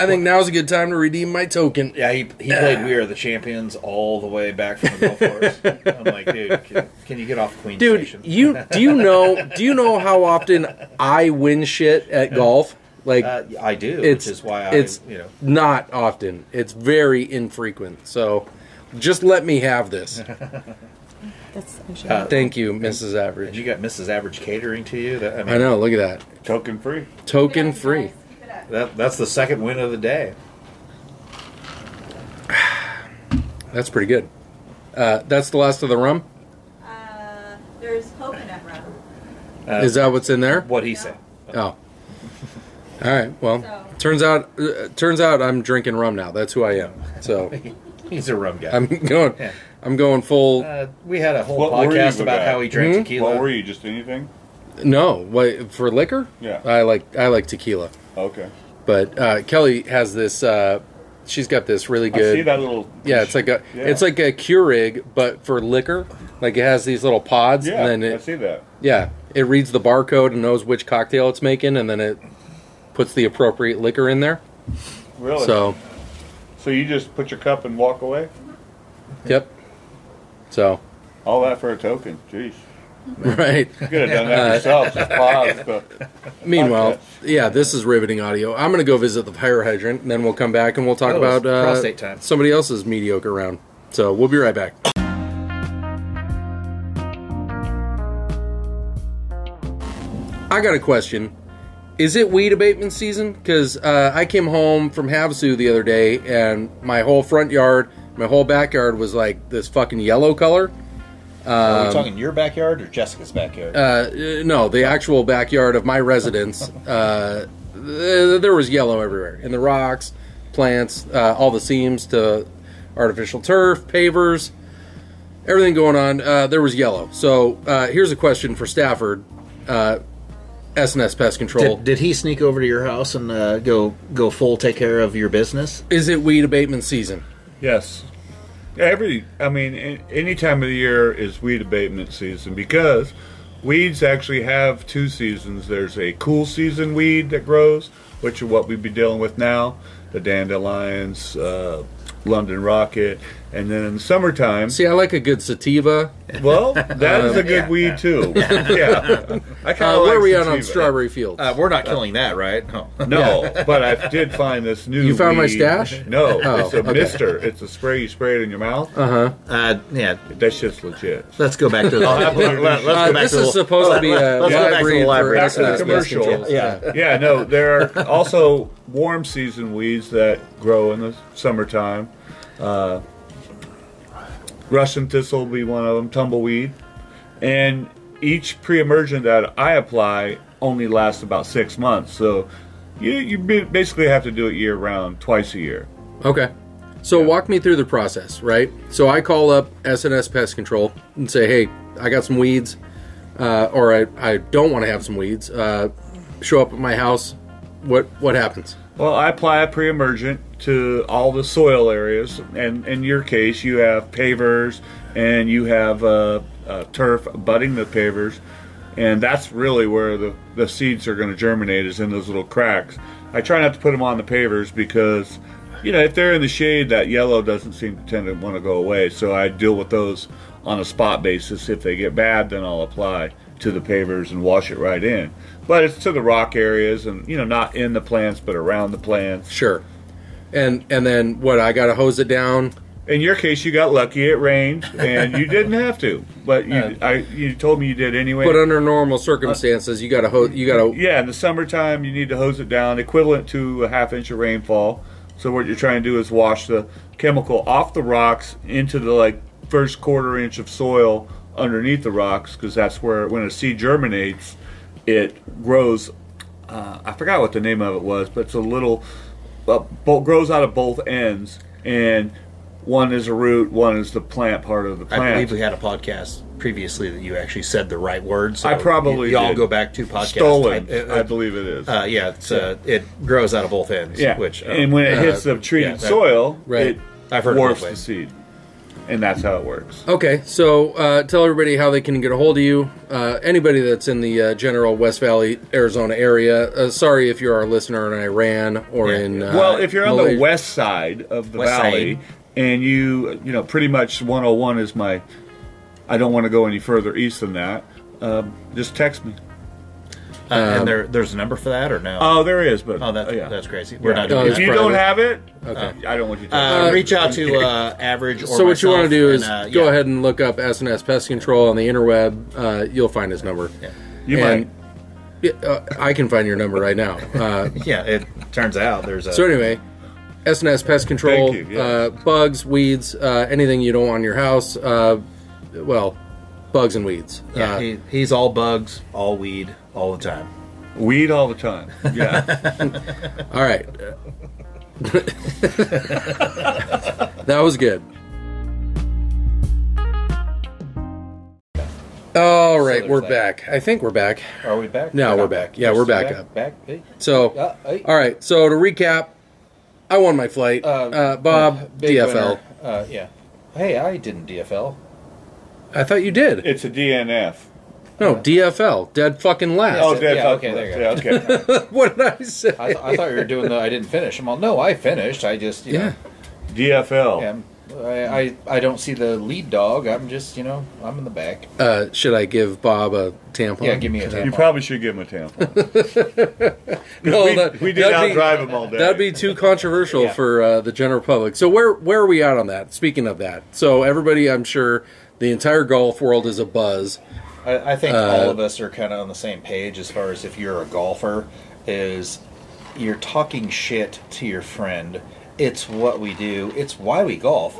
Speaker 1: I think now's a good time to redeem my token."
Speaker 3: Yeah, he, he played We Are the Champions all the way back from the golf course. I'm like, dude, can, can you get off Queen
Speaker 1: Dude,
Speaker 3: Station?
Speaker 1: you do you know do you know how often I win shit at golf? Like
Speaker 3: uh, I do,
Speaker 1: it's
Speaker 3: which is why I,
Speaker 1: it's
Speaker 3: you know,
Speaker 1: not often. It's very infrequent. So just let me have this.
Speaker 5: That's
Speaker 3: Uh,
Speaker 1: Thank you, Mrs.
Speaker 3: and
Speaker 1: Average.
Speaker 3: you got Mrs. Average catering to you. That, I mean,
Speaker 1: I know. Look at that
Speaker 4: Token free.
Speaker 1: token free.
Speaker 2: Keep it up.
Speaker 3: That, that's the second win of the day.
Speaker 1: That's pretty good. Uh, that's the last of the rum.
Speaker 2: Uh, there's coconut rum.
Speaker 3: Uh,
Speaker 1: Is that what's in there?
Speaker 3: what he said?
Speaker 1: Oh. All right. Well,
Speaker 2: So-
Speaker 1: turns out uh, turns out I'm drinking rum now. That's who I am. So
Speaker 3: He's a rum guy.
Speaker 1: I'm going
Speaker 3: Yeah.
Speaker 1: I'm going full
Speaker 3: uh, we had a whole
Speaker 4: What were you,
Speaker 3: podcast
Speaker 4: good
Speaker 3: about
Speaker 4: guy?
Speaker 3: how he drank
Speaker 1: Hmm?
Speaker 3: tequila.
Speaker 4: What were you? Just anything?
Speaker 1: no, wait, for liquor?
Speaker 4: Yeah.
Speaker 1: I like I like tequila.
Speaker 4: Okay.
Speaker 1: But uh, Kelly has this uh, she's got this really
Speaker 4: I
Speaker 1: good
Speaker 4: see that little.
Speaker 1: Yeah, it's like a
Speaker 4: Yeah.
Speaker 1: it's like a Keurig but for liquor. Like it has these little pods
Speaker 4: Yeah,
Speaker 1: and then
Speaker 4: I
Speaker 1: it
Speaker 4: see that.
Speaker 1: yeah, it reads the barcode and knows which cocktail it's making and then it puts the appropriate liquor in there.
Speaker 4: Really?
Speaker 1: So,
Speaker 4: So you just put your cup and walk away?
Speaker 1: yep. So,
Speaker 4: All that for a token? Jeez.
Speaker 1: right.
Speaker 4: You could have done that yourself. Just pause. But
Speaker 1: Meanwhile,
Speaker 4: Podcast.
Speaker 1: yeah, this is riveting audio. I'm going to go visit the fire hydrant, and then we'll come back and we'll talk
Speaker 3: Oh, it's
Speaker 1: about uh,
Speaker 3: prostate time.
Speaker 1: somebody else's mediocre round. So we'll be right back. I got a question. Is it weed abatement season? Because uh, I came home from Havasu the other day, and my whole front yard, my whole backyard was like this fucking yellow color.
Speaker 3: Are we talking your backyard or Jessica's backyard?
Speaker 1: Um, Uh, no, the actual backyard of my residence, uh, th- there was yellow everywhere in the rocks, plants, uh, all the seams to artificial turf, pavers, everything going on. Uh, there was yellow. So uh, here's a question for Stafford, uh, S&S Pest Control:
Speaker 3: did, did he sneak over to your house and uh, go go full take care of your business?
Speaker 1: Is it weed abatement season?
Speaker 4: Yes. Every, I mean, a- any time of the year is weed abatement season because weeds actually have two seasons. There's a cool season weed that grows, which is what we'd be dealing with now the dandelions, uh, London rocket, and then in the summertime.
Speaker 1: See, I like a good sativa.
Speaker 4: Well, that is a good weed too. Yeah, I kind
Speaker 1: Uh,
Speaker 4: of
Speaker 1: where are we at
Speaker 4: sativa.
Speaker 1: on Strawberry Fields?
Speaker 3: Uh, we're not killing that, right? Oh. No.
Speaker 4: No, but I did find this new.
Speaker 1: You found my
Speaker 4: weed.
Speaker 1: stash?
Speaker 4: No,
Speaker 1: Oh,
Speaker 4: it's
Speaker 1: okay.
Speaker 4: a
Speaker 1: Uh-huh.
Speaker 4: mister. It's a spray you spray it in your mouth.
Speaker 3: Uh, yeah.
Speaker 4: That shit's legit.
Speaker 3: Let's go back to
Speaker 4: Oh,
Speaker 3: the. let, us go
Speaker 1: Uh,
Speaker 3: back
Speaker 1: this
Speaker 3: to
Speaker 1: is
Speaker 3: the,
Speaker 1: supposed to be a
Speaker 3: let's go back to
Speaker 1: library
Speaker 3: the library.
Speaker 1: for
Speaker 4: Back to the
Speaker 1: S&S Pest
Speaker 4: commercial.
Speaker 1: Control.
Speaker 3: Yeah.
Speaker 4: Yeah, no, there are also warm season weeds that grow in the summertime. Uh, Russian thistle will be one of them, tumbleweed. And each pre emergent that I apply only lasts about six months. So you, you ba- basically have to do it year round, twice a year.
Speaker 1: Okay. So walk me through the process, right? So I call up SNS Pest Control and say, "Hey, I got some weeds, uh, or I, I don't want to have some weeds. Uh, show up at my house. What what happens?
Speaker 4: Well, I apply a pre-emergent to all the soil areas, and in your case, you have pavers and you have uh, uh, turf budding the pavers, and that's really where the, the seeds are going to germinate is in those little cracks. I try not to put them on the pavers because, you know, if they're in the shade, that yellow doesn't seem to tend to want to go away. So I deal with those on a spot basis. If they get bad, then I'll apply to the pavers and wash it right in. But it's to the rock areas and you know not in the plants but around the plants.
Speaker 1: Sure. And and then what? I got to hose it down.
Speaker 4: In your case, you got lucky; it rained, and you didn't have to. But you, I, you told me you did anyway.
Speaker 1: But under normal circumstances, you got to hose. You got to
Speaker 4: yeah, in the summertime, you need to hose it down, equivalent to a half inch of rainfall. So what you're trying to do is wash the chemical off the rocks into the like first quarter inch of soil underneath the rocks, because that's where when a seed germinates, it grows. Uh, I forgot what the name of it was, but it's a little uh, bo- grows out of both ends, and one is a root, one is the plant part of the
Speaker 3: I
Speaker 4: plant.
Speaker 3: believe we had a podcast previously that you actually said the right words.
Speaker 4: I probably
Speaker 3: y- y'all
Speaker 4: did.
Speaker 3: go back to podcast.
Speaker 4: stolen.
Speaker 3: type- uh,
Speaker 4: I believe it is.
Speaker 3: Uh, yeah, it's, uh, it grows out of both ends.
Speaker 4: Yeah,
Speaker 3: Which uh,
Speaker 4: and when it hits the treated
Speaker 3: yeah, that-
Speaker 4: soil,
Speaker 1: Right.
Speaker 4: it
Speaker 3: I've heard it
Speaker 4: dwarfs
Speaker 3: both
Speaker 4: the
Speaker 3: ways.
Speaker 4: seed, and that's how it works.
Speaker 1: Okay, so uh, tell everybody how they can get a hold of you. Uh, anybody that's in the uh, general West Valley, Arizona area. Uh, sorry if you're our listener in Iran or
Speaker 3: Yeah.
Speaker 1: in. Uh,
Speaker 4: well, if you're on
Speaker 1: Malaysia-
Speaker 4: the west side of the
Speaker 3: West
Speaker 4: valley,
Speaker 3: side.
Speaker 4: and you, you know, pretty much 101 is my. I don't want to go any further east than that. Um, just text me.
Speaker 3: uh,
Speaker 1: Um,
Speaker 3: and there, there's a number for that or no?
Speaker 4: Oh, there is, but
Speaker 3: Oh, that-
Speaker 4: yeah.
Speaker 3: that's crazy. We're not
Speaker 1: doing
Speaker 4: If
Speaker 1: that.
Speaker 4: you
Speaker 1: Private.
Speaker 4: don't have it,
Speaker 1: Okay.
Speaker 4: I don't want you. To
Speaker 3: uh,
Speaker 1: Uh,
Speaker 3: reach out to uh, average. Or
Speaker 1: So what you want to
Speaker 3: myself
Speaker 1: do is
Speaker 3: and, uh,
Speaker 1: go
Speaker 3: yeah.
Speaker 1: ahead and look up SNS Pest Control on the interweb. Uh, you'll find his number.
Speaker 3: Yeah.
Speaker 4: you
Speaker 1: and-
Speaker 4: might.
Speaker 1: Yeah, uh, I can find your number right now. Uh,
Speaker 3: Yeah, it turns out there's a
Speaker 1: so anyway, SNS Pest Control,
Speaker 4: Thank you, yeah.
Speaker 1: uh, bugs, weeds, uh, anything you don't want in your house. Uh, well, bugs and weeds.
Speaker 3: yeah,
Speaker 1: uh,
Speaker 3: he, he's all bugs, all weed, all the time.
Speaker 4: Weed all the time. Yeah.
Speaker 1: All right. that was good. All right, we're back. I think we're back.
Speaker 3: Are we back?
Speaker 1: No, we're
Speaker 3: not
Speaker 1: back. Yeah, we're back up.
Speaker 3: Back. Hey.
Speaker 1: So,
Speaker 3: Uh, hey.
Speaker 1: all right. So to recap, I won my flight. Uh, Bob
Speaker 3: big
Speaker 1: DFL.
Speaker 3: winner. Uh, yeah. Hey, I didn't DFL.
Speaker 1: I thought you did.
Speaker 4: it's a DNF.
Speaker 1: no, DFL. Dead fucking last.
Speaker 4: Oh,
Speaker 3: it.
Speaker 4: dead.
Speaker 3: Yeah,
Speaker 4: fuck
Speaker 3: okay, there you
Speaker 4: yeah, okay.
Speaker 1: what did I say?
Speaker 3: Oh, I, th- I thought you were doing the I didn't finish. I'm all no, I finished. I just you
Speaker 1: yeah.
Speaker 3: know,
Speaker 4: DFL.
Speaker 3: yeah, I'm- I, I I don't see the lead dog. I'm just you know I'm in the back.
Speaker 1: Uh, should I give Bob a tampon?
Speaker 3: Yeah, give me a
Speaker 1: Should I-
Speaker 3: tampon.
Speaker 4: You probably should give him a tampon.
Speaker 1: No,
Speaker 4: we,
Speaker 1: that-
Speaker 4: we did
Speaker 1: that'd
Speaker 4: outdrive
Speaker 1: be-
Speaker 4: drive him all day.
Speaker 1: That'd be too controversial
Speaker 3: Yeah.
Speaker 1: for uh, the general public. So where where are we at on that? Speaking of that, so everybody, I'm sure the entire golf world is a buzz
Speaker 3: I, I think
Speaker 1: Uh,
Speaker 3: all of us are kind of on the same page as far as if you're a golfer, is you're talking shit to your friend. It's what we do. It's why we golf.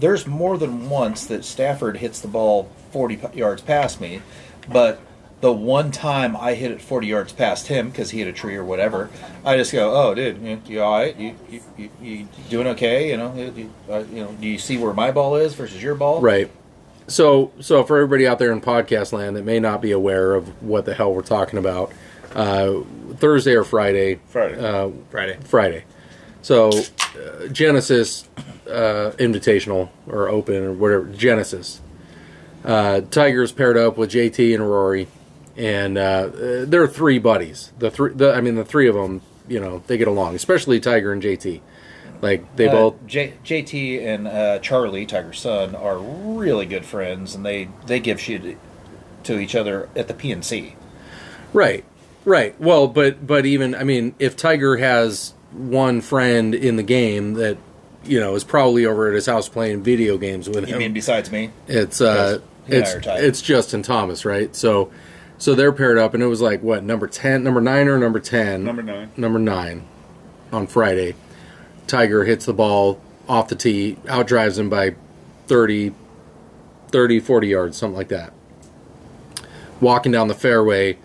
Speaker 3: There's more than once that Stafford hits the ball 40 p- yards past me, but the one time I hit it 40 yards past him because he hit a tree or whatever, I just go, "Oh, dude, you, you all right? You, you, you, you doing okay? You know, you, you- uh, you know, do you see where my ball is versus your ball?
Speaker 1: Right. So, so for everybody out there in podcast land that may not be aware of what the hell we're talking about, uh, Thursday or Friday,
Speaker 4: Friday.
Speaker 1: uh,
Speaker 3: Friday.
Speaker 1: Friday. So, uh, Genesis uh, Invitational or Open or whatever Genesis. Uh, Tigers paired up with JT and Rory, and uh, uh, they're three buddies. The three, the, I mean, the three of them, you know, they get along, especially Tiger and JT. Like they
Speaker 3: Uh,
Speaker 1: both
Speaker 3: J- JT and uh, Charlie, Tiger's son, are really good friends, and they they give shit to each other at the PNC.
Speaker 1: Right. Right. Well, but but even I mean, if Tiger has one friend in the game that you know is probably over at his house playing video games with
Speaker 3: You
Speaker 1: him,
Speaker 3: mean besides me?
Speaker 1: it's uh,
Speaker 3: He and I
Speaker 1: it's
Speaker 3: are tied.
Speaker 1: it's Justin Thomas, right? So so they're paired up, and it was like what number ten, number nine, or number ten,
Speaker 4: Number nine.
Speaker 1: number nine on Friday. Tiger hits the ball off the tee, outdrives him by 30, 30, 40 yards, something like that. Walking down the fairway,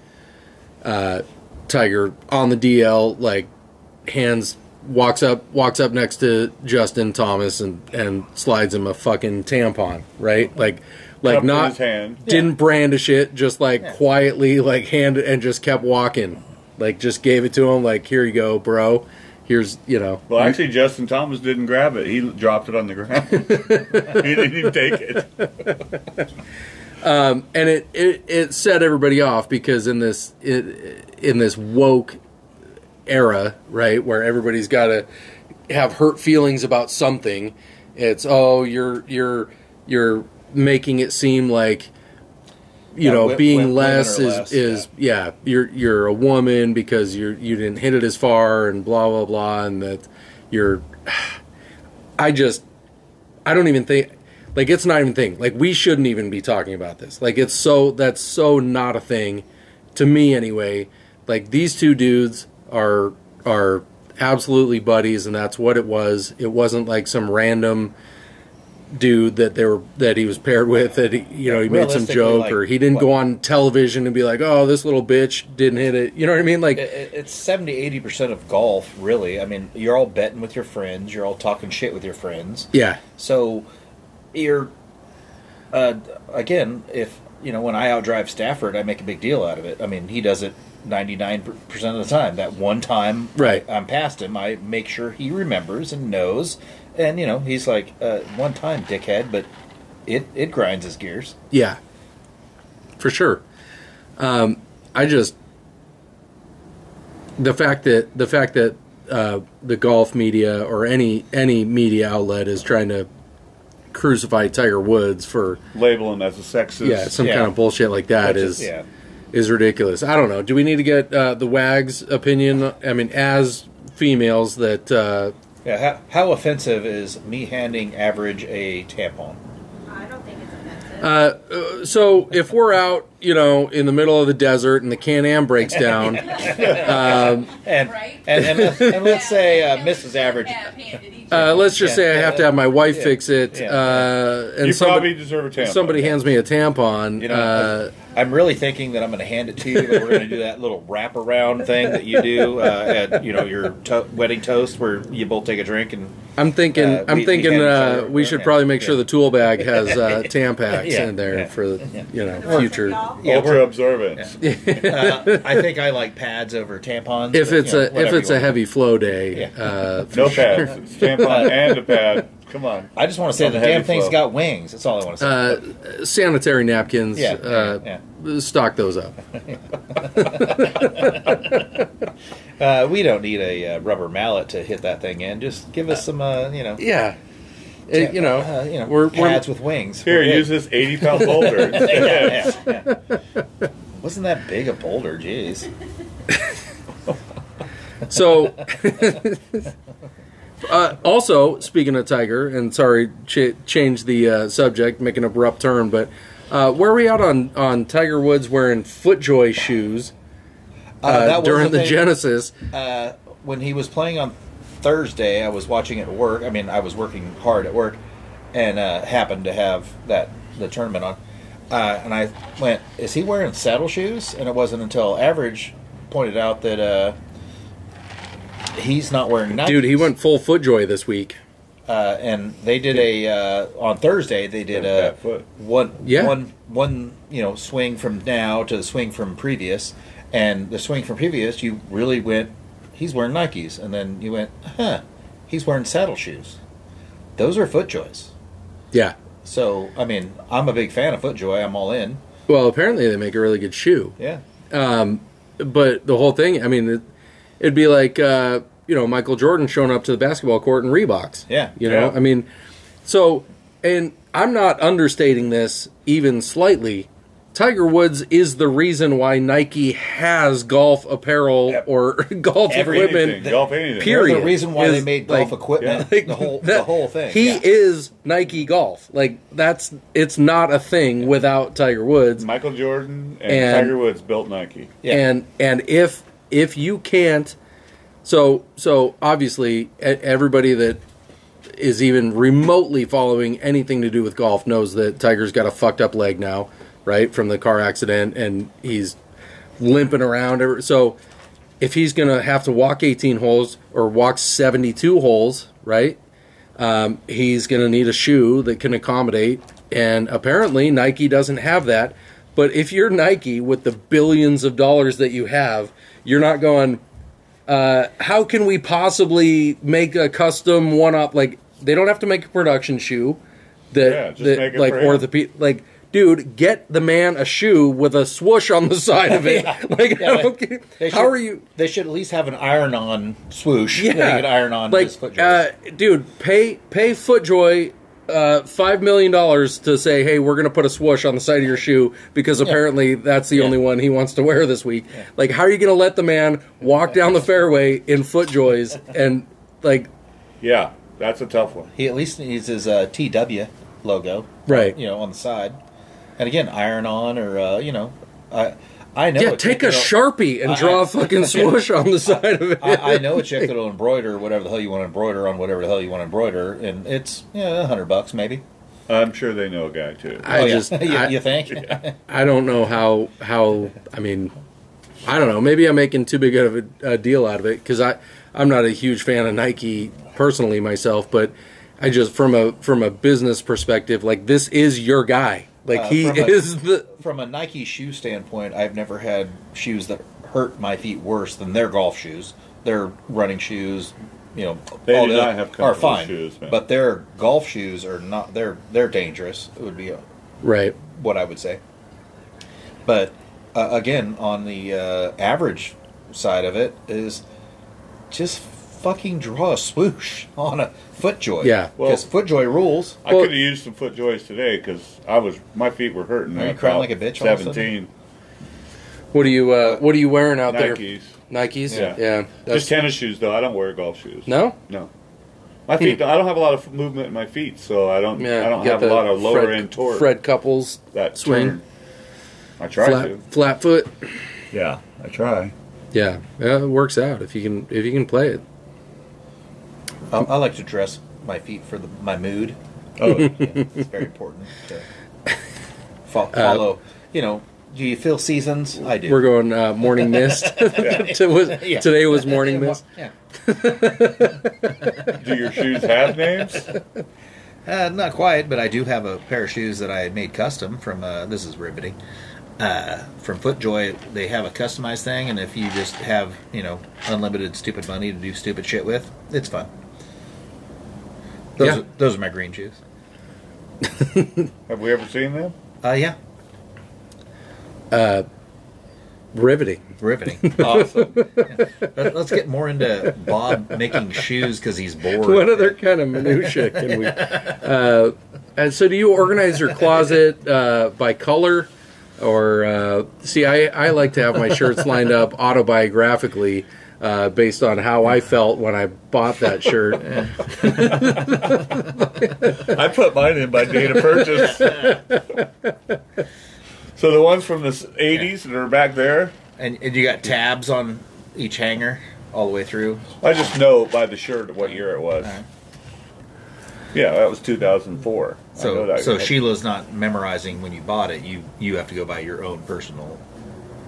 Speaker 1: uh, Tiger on the DL, like hands walks up walks up next to Justin Thomas and and slides him a fucking tampon, right? Like like
Speaker 4: Cup in
Speaker 1: not
Speaker 4: his hand.
Speaker 1: didn't brandish it, just like
Speaker 3: Yeah.
Speaker 1: quietly like hand and just kept walking. Like just gave it to him like here you go, bro. Here's, you know.
Speaker 4: Well, actually, Justin Thomas didn't grab it. He dropped it on the ground. he didn't even take it.
Speaker 1: and it, it it set everybody off because in this it, in this woke era, right, where everybody's got to have hurt feelings about something, it's oh you're you're you're making it seem like you
Speaker 3: Yeah,
Speaker 1: know
Speaker 3: wi-
Speaker 1: being
Speaker 3: wi- women
Speaker 1: less
Speaker 3: are
Speaker 1: is
Speaker 3: less,
Speaker 1: is yeah. you're you're a woman because you you didn't hit it as far and blah blah blah and that you're I just I don't even think like it's not even a thing. Like we shouldn't even be talking about this. Like it's so that's so not a thing to me anyway. Like these two dudes are are absolutely buddies and that's what it was. It wasn't like some random dude that they were that he was paired with that he, you know he made some
Speaker 3: Realistically,
Speaker 1: joke
Speaker 3: like,
Speaker 1: or he didn't
Speaker 3: what?
Speaker 1: go on television and be like oh this little bitch didn't hit it you know what i mean like
Speaker 3: It- it- It's 70 80 percent of golf, really. I mean, you're all betting with your friends. You're all talking shit with your friends.
Speaker 1: yeah
Speaker 3: So, you're uh, again, if you know when I outdrive Stafford, I make a big deal out of it. I mean, he does it ninety nine percent of the time. That one time,
Speaker 1: Right.
Speaker 3: I'm past him. I make sure he remembers and knows, and you know he's like uh, one time dickhead, but it it grinds his gears.
Speaker 1: Yeah, for sure. Um, I just the fact that the fact that uh, the golf media or any any media outlet is trying to crucify Tiger Woods for
Speaker 4: Label him as a sexist.
Speaker 1: yeah some
Speaker 3: Yeah.
Speaker 1: kind of bullshit like that
Speaker 3: Which
Speaker 1: is
Speaker 3: is- yeah.
Speaker 1: is ridiculous. I don't know. Do we need to get uh, the wags' opinion? I mean, as females that uh,
Speaker 3: Yeah, how, how offensive is me handing average a tampon?
Speaker 2: I don't think it's offensive.
Speaker 1: so if we're out, you know, in the middle of the desert and the Can Am breaks down.
Speaker 3: And
Speaker 2: Right.
Speaker 3: and, and, let's, and let's say uh, Mrs. Average.
Speaker 1: Uh, let's just
Speaker 3: Yeah.
Speaker 1: say I have to have my wife
Speaker 3: Yeah.
Speaker 1: fix it,
Speaker 3: Yeah.
Speaker 1: uh, and
Speaker 4: You probably
Speaker 1: somebody,
Speaker 4: deserve a tampon.
Speaker 1: somebody hands me a tampon.
Speaker 3: You know,
Speaker 1: uh,
Speaker 3: I'm really thinking that I'm going to hand it to you. That we're going to do that little wraparound thing that you do uh, at you know your to- wedding toast, where you both take a drink and
Speaker 1: I'm thinking,
Speaker 3: uh,
Speaker 1: I'm
Speaker 3: we- we
Speaker 1: thinking
Speaker 3: hand each
Speaker 1: uh,
Speaker 3: other-
Speaker 1: we should
Speaker 3: yeah.
Speaker 1: probably make sure
Speaker 3: Yeah.
Speaker 1: the tool bag has uh, Tampax
Speaker 3: Yeah.
Speaker 1: in there
Speaker 3: Yeah.
Speaker 1: for you know
Speaker 2: Or-
Speaker 1: future.
Speaker 2: Y'all?
Speaker 3: Yeah,
Speaker 4: Ultra
Speaker 3: we're-
Speaker 4: observance.
Speaker 3: uh, I think I like pads over tampons.
Speaker 1: If
Speaker 3: but,
Speaker 1: it's
Speaker 3: you know,
Speaker 1: a if
Speaker 3: whatever
Speaker 1: it's
Speaker 3: you
Speaker 1: a
Speaker 3: want.
Speaker 1: heavy flow day,
Speaker 3: Yeah.
Speaker 1: uh,
Speaker 4: No pads. It's tampon and a pad. Come on.
Speaker 3: I just want to say
Speaker 4: on the
Speaker 3: the
Speaker 4: heavy
Speaker 3: damn thing's
Speaker 4: flow.
Speaker 3: got wings. That's all I want to say.
Speaker 1: sanitary napkins,
Speaker 3: Yeah, yeah,
Speaker 1: uh, stock those up.
Speaker 3: uh, we don't need a uh, rubber mallet to hit that thing in. Just give us some, uh, you know,
Speaker 1: Yeah, It- eh, you know,
Speaker 3: uh, you know,
Speaker 1: we're, we're
Speaker 3: pads with wings.
Speaker 4: Here,
Speaker 3: We're good.
Speaker 4: use this 80 pound boulder. instead.
Speaker 3: yeah, yeah, yeah. Wasn't that big a boulder? Jeez.
Speaker 1: So, uh, also speaking of Tiger, and sorry, ch- change the uh, subject, make an abrupt turn, but Uh, where are we out on, on Tiger Woods wearing FootJoy shoes uh,
Speaker 3: that was
Speaker 1: during the
Speaker 3: thing,
Speaker 1: Genesis?
Speaker 3: Uh, when he was playing on Thursday, I was watching at work. I mean, I was working hard at work, and uh, happened to have that the tournament on. Uh, and I went, "Is he wearing saddle shoes?" And it wasn't until Average pointed out that uh, he's not wearing. Nikes.
Speaker 1: Dude, he went full FootJoy this week.
Speaker 3: uh, and they did a uh, on Thursday. They did
Speaker 4: Yeah,
Speaker 3: a
Speaker 4: back foot.
Speaker 3: one
Speaker 1: Yeah.
Speaker 3: one one you know swing from now to the swing from previous, and the swing from previous you really went. He's wearing Nikes, and then you went, huh? He's wearing saddle shoes. Those are FootJoys.
Speaker 1: Yeah.
Speaker 3: So I mean, I'm a big fan of FootJoy. I'm all in.
Speaker 1: Well, apparently they make a really good shoe.
Speaker 3: Yeah.
Speaker 1: but the whole thing, I mean, it, it'd be like uh, you know Michael Jordan showing up to the basketball court in Reeboks.
Speaker 3: Yeah.
Speaker 1: you know,
Speaker 4: Yeah.
Speaker 1: I mean, so and I'm not understating this even slightly. Tiger Woods is the reason why Nike has golf apparel
Speaker 4: Yep.
Speaker 1: or golf
Speaker 4: Everything.
Speaker 1: equipment.
Speaker 4: golf anything.
Speaker 1: Period.
Speaker 3: They're the reason why they
Speaker 1: Is,
Speaker 3: made golf
Speaker 1: like-
Speaker 3: equipment.
Speaker 1: Like,
Speaker 3: the whole the
Speaker 1: that-
Speaker 3: whole thing.
Speaker 1: He
Speaker 3: yeah.
Speaker 1: is Nike golf. Like that's it's not a thing without Tiger Woods.
Speaker 4: Michael Jordan and,
Speaker 1: And-
Speaker 4: Tiger Woods built Nike.
Speaker 3: Yeah.
Speaker 1: and and if if you can't so so obviously e- everybody that is even remotely following anything to do with golf knows that tiger's got a fucked up leg now right from the car accident and he's limping around ever- so if he's gonna have to walk 18 holes or walk 72 holes right um, he's gonna need a shoe that can accommodate and apparently nike doesn't have that but if you're nike with the billions of dollars that you have you're not going uh, how can we possibly make a custom one up like they don't have to make a production shoe that,
Speaker 4: Yeah, just
Speaker 1: that,
Speaker 4: make it
Speaker 1: like
Speaker 4: for him.
Speaker 1: orthopedic like dude get the man a shoe with a swoosh on the side of it like
Speaker 3: Yeah,
Speaker 1: I don't
Speaker 3: they-
Speaker 1: care.
Speaker 3: they
Speaker 1: how
Speaker 3: should-
Speaker 1: are you
Speaker 3: They should at least have an iron-on swoosh.
Speaker 1: yeah
Speaker 3: that they could iron on
Speaker 1: like
Speaker 3: his foot
Speaker 1: uh,
Speaker 3: joints.
Speaker 1: dude pay pay footjoy uh, five million dollars to say, hey, we're gonna put a swoosh on the side of your shoe because apparently that's the only one he wants to wear this week. Like, how are you gonna let the man walk down the fairway in footjoys and like,
Speaker 4: Yeah, that's a tough one.
Speaker 3: He at least needs his uh, TW logo,
Speaker 1: right?
Speaker 3: you know, on the side. And again, iron on or uh, you know, I I know
Speaker 1: Yeah, take a
Speaker 3: chick that'll-
Speaker 1: sharpie and
Speaker 3: I-
Speaker 1: draw
Speaker 3: I-
Speaker 1: a fucking swoosh on the side of it.
Speaker 3: I, I know a chick that'll embroider whatever the hell you want to embroider on whatever the hell you want to embroider, and it's yeah, a hundred bucks maybe.
Speaker 4: I'm sure they know a guy too.
Speaker 1: I
Speaker 3: Oh, yeah.
Speaker 1: just,
Speaker 3: you,
Speaker 1: I,
Speaker 3: you think?
Speaker 1: I don't know how how. I mean, I don't know. Maybe I'm making too big of a, a deal out of it because I I'm not a huge fan of Nike personally myself, but I just from a from a business perspective, like this is your guy. Like
Speaker 3: Uh,
Speaker 1: he
Speaker 3: from a-
Speaker 1: is the
Speaker 3: From a Nike shoe standpoint, I've never had shoes that hurt my feet worse than their golf shoes. Their running shoes, you know,
Speaker 4: They
Speaker 3: all
Speaker 4: do
Speaker 3: the
Speaker 4: not
Speaker 3: other-
Speaker 4: have comfortable
Speaker 3: are fine,
Speaker 4: shoes, man.
Speaker 3: but their golf shoes are not. They're they're dangerous. It would be uh,
Speaker 1: right.
Speaker 3: what I would say. But uh, again, on the uh, average side of it is just fucking draw a swoosh on a FootJoy.
Speaker 1: Yeah.
Speaker 4: Well-
Speaker 3: because FootJoy rules.
Speaker 4: I
Speaker 1: Well-
Speaker 4: could have used some foot joys today because I was my feet were hurting.
Speaker 3: Are
Speaker 4: at
Speaker 3: you crying
Speaker 4: about
Speaker 3: like a bitch all of a sudden?
Speaker 4: Seventeen
Speaker 1: What are you uh, What are you wearing out
Speaker 4: Nikes.
Speaker 1: there? Nikes.
Speaker 4: Yeah.
Speaker 1: yeah that's-
Speaker 4: Just tennis shoes though. I don't wear golf shoes.
Speaker 1: no. Hmm.
Speaker 4: no. My feet. I don't have a lot of movement in my feet, so I don't.
Speaker 1: Yeah,
Speaker 4: I don't
Speaker 1: got
Speaker 4: have a
Speaker 1: the
Speaker 4: lot of lower
Speaker 1: Fred-
Speaker 4: end torque.
Speaker 1: Fred Couples
Speaker 4: that
Speaker 1: swing.
Speaker 4: turn. I try
Speaker 1: Flat,
Speaker 4: to.
Speaker 1: flat foot.
Speaker 4: Yeah, I try.
Speaker 1: Yeah, yeah, it works out if you can if you can play it.
Speaker 3: I, I like to dress my feet for the, my mood.
Speaker 4: Oh,
Speaker 3: Yeah, it's very important to fo- follow. you know, do you feel seasons? I do.
Speaker 1: Uh, We're going uh, morning mist. To- was-
Speaker 3: Yeah.
Speaker 1: Today was morning mist.
Speaker 3: Yeah.
Speaker 4: do your shoes have names?
Speaker 3: Uh, not quite, but I do have a pair of shoes that I made custom from. Uh, this is riveting. Uh, from FootJoy, they have a customized thing, and if you just have you know unlimited stupid money to do stupid shit with, it's fun. Those
Speaker 1: Yeah.
Speaker 3: are, those are my green shoes.
Speaker 4: Have we ever seen them?
Speaker 3: Uh, yeah,
Speaker 1: Riveting.
Speaker 3: riveting.
Speaker 4: Awesome.
Speaker 3: Let, us get more into Bob making shoes because he's bored.
Speaker 1: What other kind of minutia can we? Uh, and so, do you organize your closet uh, by color, or uh, see? I, I like to have my shirts lined up autobiographically. uh, based on how I felt when I bought that shirt.
Speaker 4: I put mine in by date of purchase. so the ones from the s- 80s that are back there,
Speaker 3: And, and you got tabs on each hanger all the way through.
Speaker 4: I just know by the shirt what year it was.
Speaker 3: Alright.
Speaker 4: Yeah, that was 2004. I know
Speaker 3: So
Speaker 4: that.
Speaker 3: so Sheila's not memorizing when you bought it. You you have to go by your own personal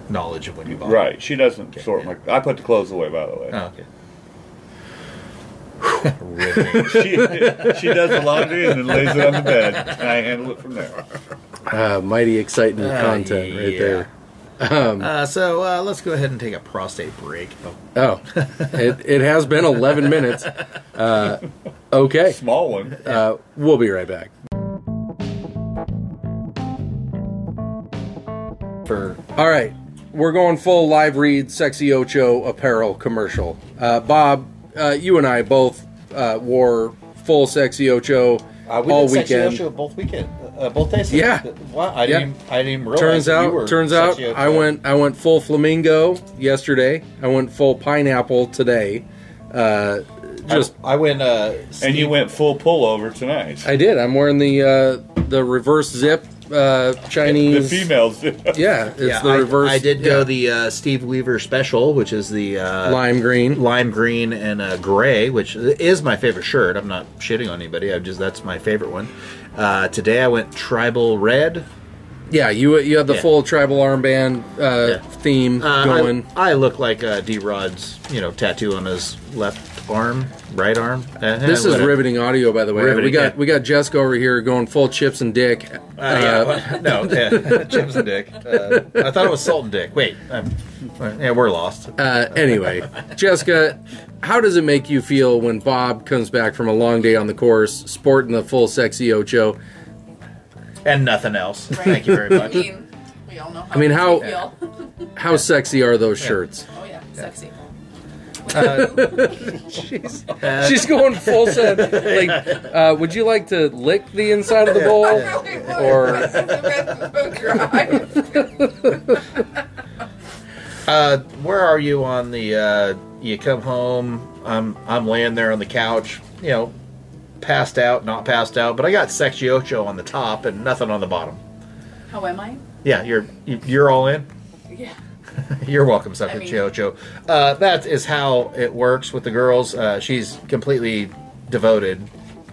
Speaker 3: knowledge of when you bought
Speaker 4: Right, she doesn't
Speaker 3: Okay,
Speaker 4: sort
Speaker 3: yeah.
Speaker 4: my. I put the clothes away, by the way.
Speaker 3: it. Oh, okay. Riveting.
Speaker 4: She, she does the laundry and then lays it on the bed, and I handle it from there.
Speaker 1: Uh, mighty exciting content right
Speaker 3: Ah, yeah.
Speaker 1: there.
Speaker 3: uh, so uh, let's go ahead and take a prostate break. Oh,
Speaker 1: Oh, it, it has been 11 minutes. Uh, okay,
Speaker 4: Small one.
Speaker 1: uh, we'll be right back.
Speaker 3: for
Speaker 1: All right, we're going full live read sexy Ocho apparel commercial. Uh, Bob, uh, you and I both uh, wore full sexy Ocho
Speaker 6: Uh, we
Speaker 1: all
Speaker 6: did Sexy
Speaker 1: weekend.
Speaker 6: Ocho both weekend, uh, both days.
Speaker 1: Yeah.
Speaker 6: Wow, I didn't. I didn't even realize.
Speaker 1: Turns
Speaker 6: that you
Speaker 1: out,
Speaker 6: were
Speaker 1: turns out,
Speaker 6: Sexy Ocho.
Speaker 1: I went I went full flamingo yesterday. I went full pineapple today. Uh, just
Speaker 6: I went. Uh,
Speaker 4: And you went full pullover tonight.
Speaker 1: I did. I'm wearing the uh, the reverse zip uh,
Speaker 4: The
Speaker 1: Chinese.
Speaker 4: females. do.
Speaker 1: Yeah, it's
Speaker 3: yeah,
Speaker 1: the
Speaker 3: I,
Speaker 1: reverse.
Speaker 3: I did go
Speaker 1: yeah,
Speaker 3: the uh, Steve Weaver special, which is the uh,
Speaker 1: lime green.
Speaker 3: lime green and uh, gray, which is my favorite shirt. I'm not shitting on anybody. I just that's my favorite one. Uh, today I went tribal red.
Speaker 1: Yeah, you you had the
Speaker 3: Yeah.
Speaker 1: full tribal armband uh,
Speaker 3: Yeah.
Speaker 1: theme
Speaker 3: Uh,
Speaker 1: going.
Speaker 3: I, I look like uh, D Rod's, you know, tattoo on his left arm, right arm. Uh,
Speaker 1: this is
Speaker 3: whatever.
Speaker 1: riveting audio, by the way. we
Speaker 3: Riveting,
Speaker 1: got
Speaker 3: yeah.
Speaker 1: we got Jessica over here going full chips and dick.
Speaker 3: Uh, yeah, well, no, yeah, Jim's a dick. Uh, I thought it was Salt and Dick. Wait, I'm, yeah, we're lost.
Speaker 1: Uh, anyway, Jessica, how does it make you feel when Bob comes back from a long day on the course, sporting the full sexy Ocho?
Speaker 3: And nothing else. Thank you very
Speaker 7: I
Speaker 3: much.
Speaker 7: mean, we all know how.
Speaker 1: I mean, how-
Speaker 7: we feel.
Speaker 1: How sexy are those shirts?
Speaker 7: Oh yeah, sexy.
Speaker 3: Uh,
Speaker 1: She's going full set. Like, uh, would you like to lick the inside of the
Speaker 2: Oh,
Speaker 1: bowl? Or-
Speaker 7: or
Speaker 3: Uh, where are you on the? Uh, you come home. I'm I'm laying there on the couch. You know, passed out, not passed out, but I got sexy ocho on the top and nothing on the bottom.
Speaker 7: how am I?
Speaker 3: Yeah, you're you- you're all in.
Speaker 7: Yeah.
Speaker 3: You're welcome, Sexy
Speaker 7: I mean-
Speaker 3: Ocho. Uh, that is how it works with the girls. Uh, she's completely devoted.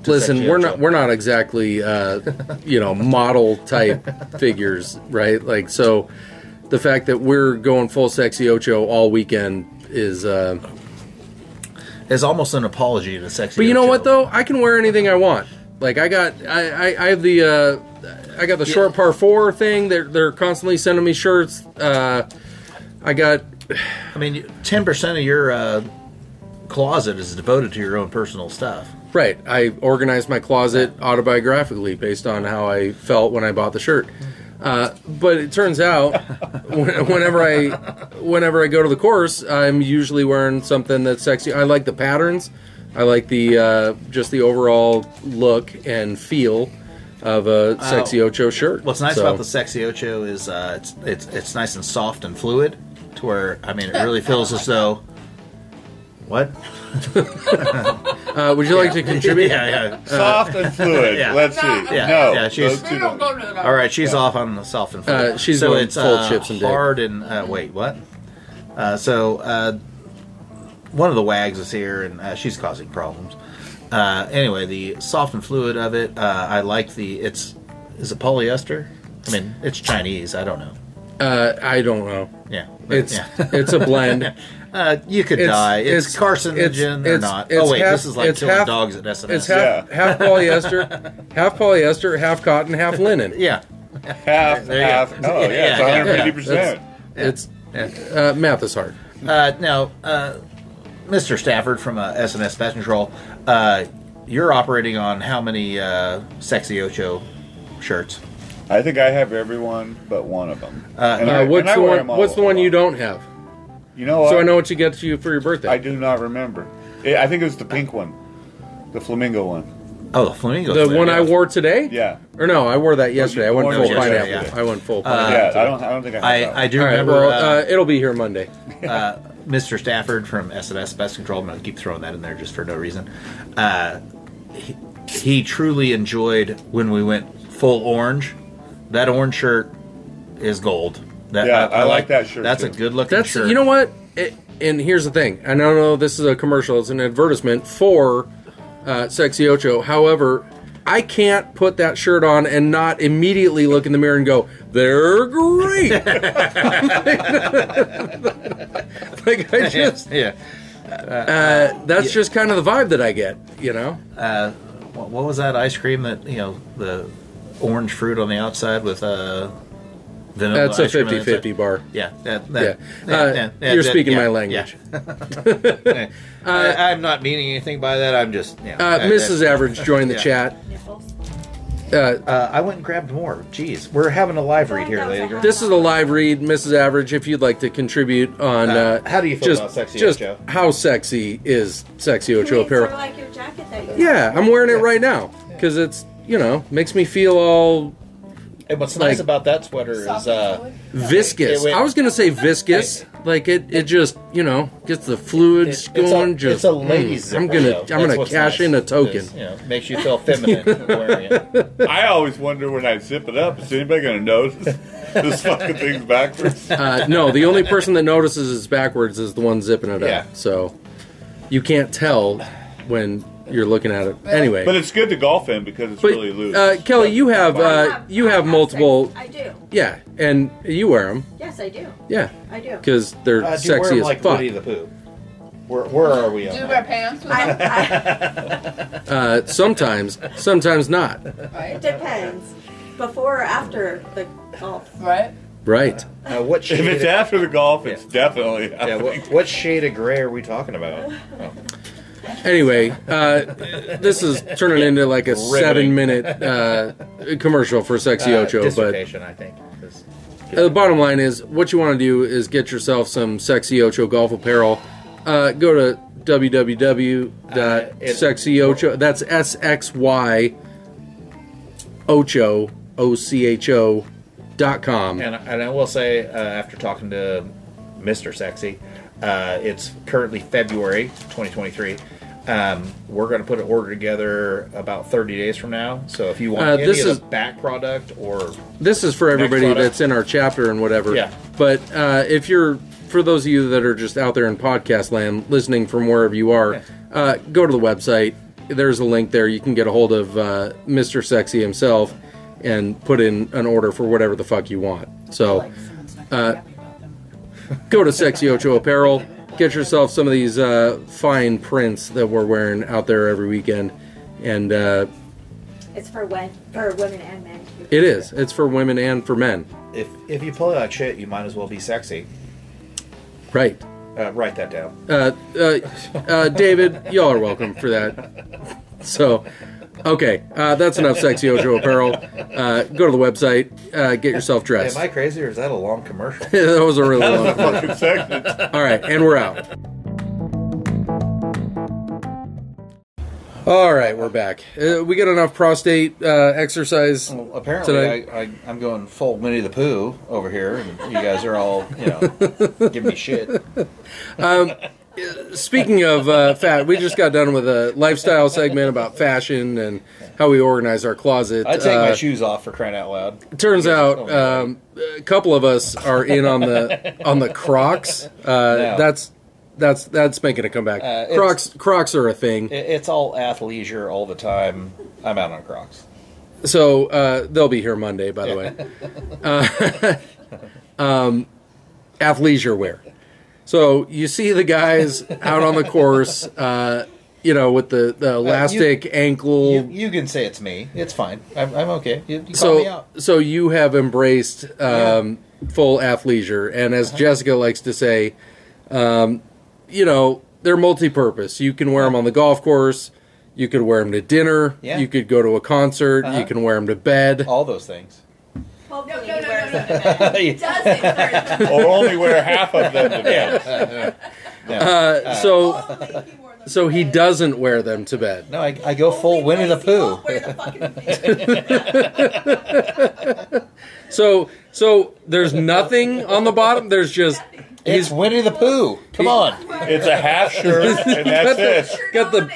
Speaker 3: To
Speaker 1: Listen,
Speaker 3: Sexy
Speaker 1: we're
Speaker 3: Ocho.
Speaker 1: not we're not exactly uh, you know model type figures, right? Like, so the fact that we're going full sexy Ocho all weekend is. Uh,
Speaker 3: It's almost an apology to Sexy.
Speaker 1: But you know
Speaker 3: Ocho.
Speaker 1: what though? I can wear anything I want. Like I got, I, I, I have the, uh, I got the short par four thing. They're they're constantly sending me shirts. Uh, I got,
Speaker 3: I mean, ten percent of your uh, closet is devoted to your own personal stuff.
Speaker 1: right. I organized my closet autobiographically based on how I felt when I bought the shirt. Uh, but it turns out, when- whenever I, whenever I go to the course, I'm usually wearing something that's sexy. I like the patterns. I like the uh, just the overall look and feel of a sexy Ocho shirt.
Speaker 3: What's nice
Speaker 1: So-
Speaker 3: about the Sexy Ocho is uh, it's it's it's nice and soft and fluid, to where I mean it really feels as though. What?
Speaker 1: Uh, would you like to contribute?
Speaker 3: yeah, yeah.
Speaker 4: Soft and fluid.
Speaker 3: Yeah.
Speaker 4: Let's see.
Speaker 7: Yeah,
Speaker 4: No.
Speaker 3: yeah, she's-
Speaker 4: those two don't.
Speaker 3: All right, she's off on the soft and fluid.
Speaker 1: Uh, she's
Speaker 3: so
Speaker 1: going
Speaker 3: it's
Speaker 1: full
Speaker 3: uh,
Speaker 1: chips and dip.
Speaker 3: hard and uh, wait, what? Uh, so uh, one of the wags is here, and uh, she's causing problems. Uh, anyway, the soft and fluid of it, uh, I like the. It's is it polyester? I mean, it's Chinese. I don't know.
Speaker 1: Uh, I don't know.
Speaker 3: Yeah, but,
Speaker 1: It's
Speaker 3: yeah.
Speaker 1: it's a blend.
Speaker 3: Uh, you could
Speaker 1: It's-
Speaker 3: die. It's,
Speaker 1: it's-
Speaker 3: carcinogen
Speaker 1: it's-
Speaker 3: or not.
Speaker 1: it's
Speaker 3: oh wait,
Speaker 1: half-
Speaker 3: this is like
Speaker 1: it's
Speaker 3: killing
Speaker 1: half-
Speaker 3: dogs at SNS.
Speaker 1: It's half half polyester, half polyester, half cotton, half linen.
Speaker 3: yeah.
Speaker 4: Half,
Speaker 3: There you go.
Speaker 4: half. Oh, yeah,
Speaker 3: Yeah,
Speaker 4: it's
Speaker 3: yeah,
Speaker 4: 150%.
Speaker 1: that's- It's uh, math is hard.
Speaker 3: Uh, now, uh, Mr. Stafford from uh, SNS Pest Control, uh, you're operating on how many uh, sexy Ocho shirts?
Speaker 4: I think I have everyone but one of them. and I-
Speaker 1: Uh,
Speaker 4: and
Speaker 1: what's
Speaker 4: I
Speaker 1: the
Speaker 4: wear them
Speaker 1: one?
Speaker 4: all
Speaker 1: What's the one you
Speaker 4: along.
Speaker 1: don't have?
Speaker 4: You know what?
Speaker 1: So I know what you get to you for your birthday.
Speaker 4: I do not remember. I I think it was the pink one, the flamingo one.
Speaker 3: Oh, the flamingo.
Speaker 1: The one I wore today?
Speaker 4: Yeah.
Speaker 1: Or no, I wore that yesterday. I went
Speaker 4: wore
Speaker 1: full
Speaker 4: it yesterday,
Speaker 1: pineapple.
Speaker 3: yeah.
Speaker 1: I went full pineapple.
Speaker 4: yeah, I don't. I don't think I. Have that one.
Speaker 3: I, I do
Speaker 1: All right,
Speaker 3: remember
Speaker 1: well,
Speaker 3: uh,
Speaker 1: uh, it'll be here Monday.
Speaker 3: Mr. Stafford from S&S Pest Control. I'm going to keep throwing that in there just for no reason. Uh, he, he truly enjoyed when we went full orange. That orange shirt is gold. That,
Speaker 4: Yeah, I like that shirt,
Speaker 3: That's
Speaker 4: too.
Speaker 3: a good looking
Speaker 1: That's
Speaker 3: shirt.
Speaker 1: you know what? It, and here's the thing. And I don't know. This is a commercial. It's an advertisement for uh, Sexy Ocho. However, I can't put that shirt on and not immediately look in the mirror and go, "They're great." like I just
Speaker 3: Yeah.
Speaker 1: that's just kind of the vibe that I get. You know.
Speaker 3: What, what was that ice cream that you know the orange fruit on the outside with uh, vanilla?
Speaker 1: That's a
Speaker 3: ice cream on the
Speaker 1: 50-50
Speaker 3: inside?
Speaker 1: bar.
Speaker 3: Yeah, that,
Speaker 1: Yeah.
Speaker 3: that,
Speaker 1: Uh, you're speaking my language.
Speaker 3: yeah. I, am not meaning anything by that. I'm just yeah,
Speaker 1: Uh,
Speaker 3: that-
Speaker 1: Mrs.
Speaker 3: that-
Speaker 1: Average joined the
Speaker 3: Yeah.
Speaker 1: chat.
Speaker 2: Nipples.
Speaker 1: Uh,
Speaker 3: Uh, I went and grabbed more. Jeez, we're having a live read here,
Speaker 2: That was a
Speaker 3: lady. girl.
Speaker 2: hot
Speaker 1: This is a live read, Mrs. Average. If you'd like to contribute on uh,
Speaker 3: how do you feel
Speaker 1: just,
Speaker 3: about Sexy
Speaker 1: just
Speaker 3: Ocho?
Speaker 1: how sexy is sexy
Speaker 2: Wait,
Speaker 1: Ocho
Speaker 2: so
Speaker 1: apparel?
Speaker 2: like your jacket that you
Speaker 1: yeah, I'm wearing it right now because it's you know makes me feel all
Speaker 3: And what's
Speaker 1: like-
Speaker 3: nice about that sweater is
Speaker 7: Soft
Speaker 3: uh,
Speaker 7: wood.
Speaker 1: viscous.
Speaker 3: it went-
Speaker 1: I was gonna say viscous, like it it just you know gets the fluids
Speaker 3: it- it's,
Speaker 1: going.
Speaker 3: a,
Speaker 1: just
Speaker 3: it's a lady's.
Speaker 1: mm, I'm
Speaker 3: zipper,
Speaker 1: gonna
Speaker 3: though.
Speaker 1: I'm
Speaker 3: That's
Speaker 1: gonna
Speaker 3: what's
Speaker 1: cash
Speaker 3: nice.
Speaker 1: in a token.
Speaker 3: It's, you know, makes you feel feminine wearing it.
Speaker 4: I always wonder when I zip it up, is anybody going to notice this fucking thing's backwards?
Speaker 1: Uh, no, the only person that notices it's backwards is the one zipping it
Speaker 3: Yeah.
Speaker 1: up. So you can't tell when you're looking at it. Anyway,
Speaker 4: But it's good to golf in because it's
Speaker 1: But,
Speaker 4: really loose.
Speaker 1: uh, Kelly, you have
Speaker 2: I
Speaker 1: uh, you
Speaker 2: I
Speaker 1: have
Speaker 2: sex-
Speaker 1: multiple,
Speaker 2: I do.
Speaker 1: yeah, and you wear them,
Speaker 2: Yes, I do.
Speaker 1: yeah,
Speaker 2: I do.
Speaker 1: because they're
Speaker 3: Uh, do you wear
Speaker 1: sexy
Speaker 3: 'em
Speaker 1: as
Speaker 3: like
Speaker 1: fuck.
Speaker 3: Woody the Pooh? Where, where are we
Speaker 7: Do
Speaker 3: on
Speaker 7: you
Speaker 3: that?
Speaker 7: wear pants with
Speaker 2: I,
Speaker 7: them?
Speaker 2: I,
Speaker 1: Uh, sometimes, sometimes not.
Speaker 2: it
Speaker 7: Right?
Speaker 2: depends. Before or after the golf.
Speaker 7: Right?
Speaker 1: Right.
Speaker 3: Uh, what shade?
Speaker 4: if it's
Speaker 3: of,
Speaker 4: after the golf, it's
Speaker 3: Yeah.
Speaker 4: definitely. I
Speaker 3: yeah, what,
Speaker 4: think.
Speaker 3: what shade of gray are we talking about?
Speaker 1: Anyway, uh, this is turning into like a seven-minute uh, commercial for Sexy
Speaker 3: Uh,
Speaker 1: Ocho, but
Speaker 3: dislocation, I think. is-
Speaker 1: Uh, the bottom line is what you want to do is get yourself some sexy ocho golf apparel uh, go to www.sexyocho that's s-x-y ocho o-c-h-o dot com
Speaker 3: And, and I will say, uh, after talking to Mr. Sexy, uh, it's currently February 2023. Um, we're going to put an order together about 30 days from now. So if you want
Speaker 1: Uh,
Speaker 3: any
Speaker 1: this
Speaker 3: of the
Speaker 1: is-
Speaker 3: back product or
Speaker 1: this is for everybody
Speaker 3: product.
Speaker 1: that's in our chapter and whatever
Speaker 3: Yeah.
Speaker 1: but uh, if you're for those of you that are just out there in podcast land listening from wherever you are uh, go to the website there's a link there you can get a hold of uh, mr sexy himself and put in an order for whatever the fuck you want so
Speaker 7: Like someone's not
Speaker 1: Uh,
Speaker 7: gonna be happy about them.
Speaker 1: go to Sexy Ocho Apparel. Get yourself some of these uh, fine prints that we're wearing out there every weekend. And uh,
Speaker 2: It's for when for women and men.
Speaker 1: it is. It's for women and for men.
Speaker 3: if, if you pull out shit, you might as well be sexy.
Speaker 1: Right.
Speaker 3: Uh, write that down.
Speaker 1: Uh, uh, uh, David, y'all are welcome for that. So, okay. Uh, that's enough Sexy Ocho Apparel. Uh, go to the website. Uh, get yourself dressed.
Speaker 3: Am I crazy or is that a long commercial?
Speaker 1: that was a really long one.
Speaker 4: Fucking segment.
Speaker 1: All right, and we're out. All right, we're back. Uh, we get enough prostate uh, exercise.
Speaker 3: Well, apparently,
Speaker 1: Today-
Speaker 3: I, I, I'm going full Winnie the Pooh over here, and you guys are all, you know, giving me shit.
Speaker 1: Speaking of uh, fat, we just got done with a lifestyle segment about fashion and how we organize our closet.
Speaker 3: I take
Speaker 1: Uh,
Speaker 3: my shoes off for crying out loud.
Speaker 1: turns out,
Speaker 3: Oh, yeah.
Speaker 1: um, a couple of us are in on the on the Crocs. Uh, That's that's that's making a comeback.
Speaker 3: Uh, it's-
Speaker 1: Crocs Crocs are a thing.
Speaker 3: It- It's all athleisure all the time. I'm out on Crocs.
Speaker 1: So uh, they'll be here Monday, by the way. Uh, um, athleisure wear. So you see the guys out on the course, uh, you know, with the, the elastic ankle.
Speaker 3: Uh, You, you can say it's me. It's fine. I'm, I'm okay. You, you call me
Speaker 1: so
Speaker 3: out.
Speaker 1: so you have embraced um, full athleisure, and as
Speaker 3: Uh-huh.
Speaker 1: Jessica likes to say, um, you know, they're multi-purpose. You can wear them on the golf course. You could wear them to dinner.
Speaker 3: Uh-huh. Yeah. Uh-huh. Oh,
Speaker 1: You could go to a concert. You can wear them to bed.
Speaker 3: All those things.
Speaker 7: No,
Speaker 2: Hopefully
Speaker 7: no, no,
Speaker 2: you wear
Speaker 7: no, no, no, no. It doesn't hurt.
Speaker 4: or only wear half of them today.
Speaker 1: Uh, so
Speaker 3: oh.
Speaker 7: Hopefully he wore those
Speaker 1: So he doesn't wear them to bed.
Speaker 3: No, I, I go full Winnie the Pooh.
Speaker 1: So so there's nothing on the bottom. There's just
Speaker 3: It's
Speaker 1: he's
Speaker 3: Winnie the Pooh. Come on.
Speaker 8: It's a half shirt, and that's it.
Speaker 1: got the-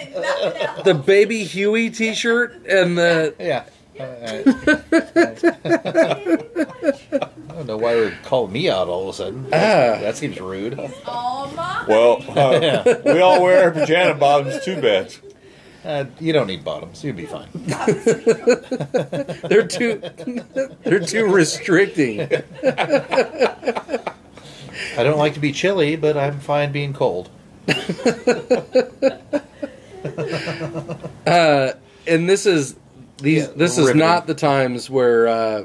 Speaker 1: the baby Huey T-shirt and the
Speaker 3: Yeah. I don't know why we're calling me out all of a sudden.
Speaker 1: Ah.
Speaker 3: That seems rude.
Speaker 7: Oh my!
Speaker 4: Well, uh, we all wear our pajama bottoms too bad.
Speaker 3: Uh, you don't need bottoms. You'd be fine.
Speaker 1: they're too they're too restricting.
Speaker 3: I don't like to be chilly, but I'm fine being cold.
Speaker 1: and this is these
Speaker 3: Yeah,
Speaker 1: this is
Speaker 3: riveting.
Speaker 1: not the times where uh,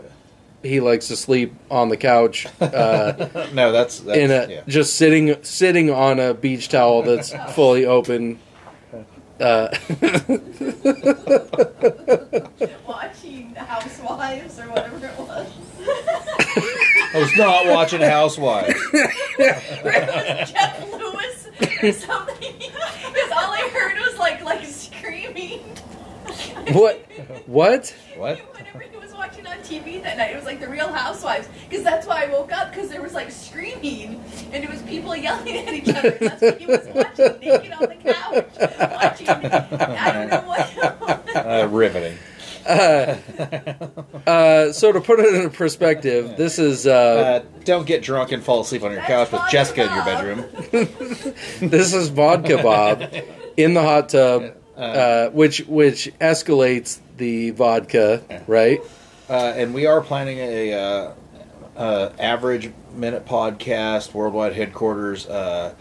Speaker 1: he likes to sleep on the couch uh,
Speaker 3: No, that's, that's
Speaker 1: in a
Speaker 3: yeah.
Speaker 1: just sitting sitting on a beach towel that's fully open. Uh,
Speaker 7: Watching Housewives or whatever it was.
Speaker 3: I was not watching Housewives.
Speaker 7: Jeff Lewis or something. Because all I heard was like like screaming.
Speaker 1: what what
Speaker 3: What?
Speaker 7: Whenever he was watching on TV that night, it was like The Real Housewives. Because that's why I woke up, because there was like screaming. And it was people yelling at each other. That's what he was watching, naked on the couch. Watching, I don't know what.
Speaker 3: Uh, riveting.
Speaker 1: uh, so to put it in perspective, this is uh,
Speaker 3: Uh, don't get drunk and fall asleep on your couch
Speaker 7: That's
Speaker 3: with
Speaker 7: my
Speaker 3: Jessica in your
Speaker 7: job.
Speaker 3: bedroom.
Speaker 1: this is vodka Bob in the hot tub, uh, which which escalates the vodka, right?
Speaker 3: Uh, and we are planning a uh, uh, average minute podcast worldwide headquarters uh,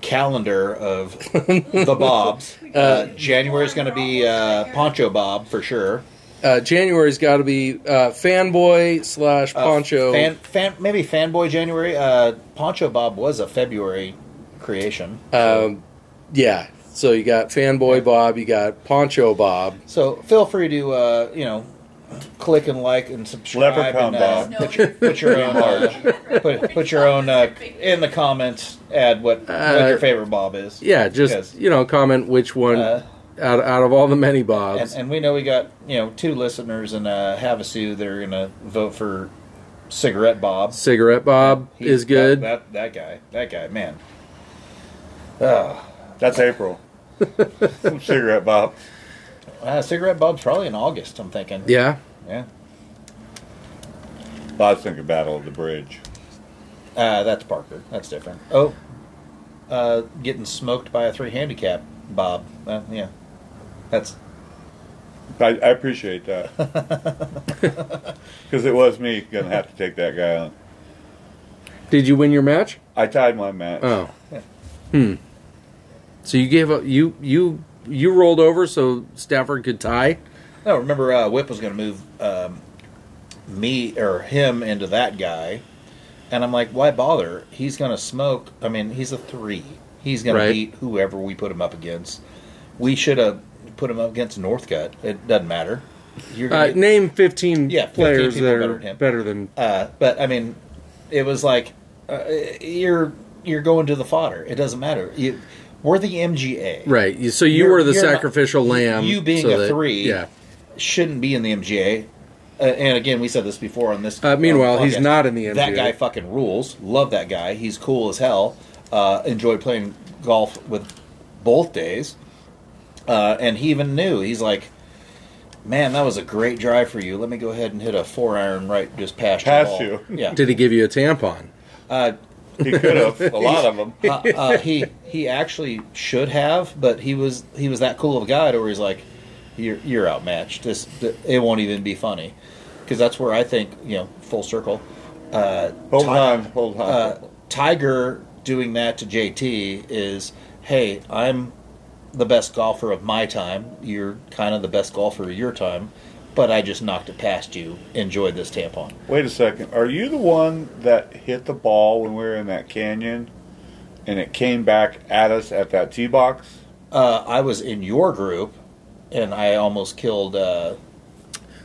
Speaker 3: calendar of the Bobs. Uh, January is going to be uh, Poncho Bob for sure.
Speaker 1: Uh, January's got to be uh, fanboy slash
Speaker 3: Uh,
Speaker 1: poncho.
Speaker 3: fan, fan, maybe fanboy January. Uh, Poncho Bob was a February creation.
Speaker 1: Um, yeah. So you got fanboy Bob, you got poncho Bob.
Speaker 3: So feel free to uh, you know click and like and subscribe.
Speaker 4: Leprechaun
Speaker 3: and, uh,
Speaker 4: Bob.
Speaker 7: Put your,
Speaker 3: Put your own uh, put, put your own uh, in the comments. Add what, what your favorite Bob is.
Speaker 1: Uh, Yeah, just
Speaker 3: Yes.
Speaker 1: you know, comment which one
Speaker 3: Uh,
Speaker 1: out, out of all the many
Speaker 3: and,
Speaker 1: Bobs.
Speaker 3: and we know we got you know two listeners in uh, Havasu that are gonna vote for Cigarette Bob.
Speaker 1: Cigarette Bob
Speaker 3: He-
Speaker 1: is good.
Speaker 3: That, that that guy. That guy. Man.
Speaker 4: That's April. Cigarette Bob.
Speaker 3: Uh, Cigarette Bob's probably in August. I'm thinking.
Speaker 1: Yeah.
Speaker 3: Yeah.
Speaker 4: Bob's thinking Battle of the Bridge.
Speaker 3: Uh, that's Parker. That's different. Oh, uh, getting smoked by a three handicap, Bob. Uh, yeah, that's
Speaker 4: I, I appreciate that. Because it was me going to have to take that guy on.
Speaker 1: Did you win your match?
Speaker 4: I tied my match.
Speaker 1: Oh. Hmm. So you gave up you you you rolled over so Stafford could tie.
Speaker 3: no. Remember, uh, Whip was going to move um, me or him into that guy, and I'm like, why bother? He's going to smoke. I mean, he's a three. He's going
Speaker 1: Right.
Speaker 3: to beat whoever we put him up against. We should have put him up against Northcutt. It doesn't matter. You're
Speaker 1: Uh,
Speaker 3: gonna-
Speaker 1: name fifteen
Speaker 3: Yeah, 15
Speaker 1: players
Speaker 3: people
Speaker 1: that are
Speaker 3: better than him.
Speaker 1: better than
Speaker 3: Uh, but I mean, it was like uh, you're you're going to the fodder. It doesn't matter. You, we're the MGA.
Speaker 1: right. You- So you
Speaker 3: You're-
Speaker 1: were the
Speaker 3: you're not-
Speaker 1: sacrificial lamb.
Speaker 3: you being
Speaker 1: so
Speaker 3: a
Speaker 1: that-
Speaker 3: three.
Speaker 1: Yeah.
Speaker 3: Shouldn't be in the MGA. Uh, and again, we said this before on this.
Speaker 1: Uh, meanwhile,
Speaker 3: on the
Speaker 1: he's
Speaker 3: podcast.
Speaker 1: not in the MGA.
Speaker 3: That guy fucking rules. Love that guy. He's cool as hell. Uh, enjoy playing golf with both days. Uh, and he even knew. He's like, man, that was a great drive for you. Let me go ahead and hit a four iron right just past, your
Speaker 4: Past
Speaker 3: ball."
Speaker 4: you.
Speaker 3: Yeah.
Speaker 1: Did he give you a tampon?
Speaker 3: Uh,
Speaker 4: He could have. A lot of them.
Speaker 3: uh, uh, he he actually should have, but he was he was that cool of a guy to where he's like, you're you're outmatched. This th- it won't even be funny, because that's where I think you know full circle. Uh,
Speaker 4: Hold
Speaker 3: Ti-
Speaker 4: on. Hold on.
Speaker 3: uh, Tiger doing that to JT is, hey, I'm the best golfer of my time. You're kind of the best golfer of your time, but I just knocked it past you. Enjoy this tampon.
Speaker 4: Wait a second. Are you the one that hit the ball when we were in that canyon and it came back at us at that tee box?
Speaker 3: Uh, I was in your group, and I almost killed. Uh,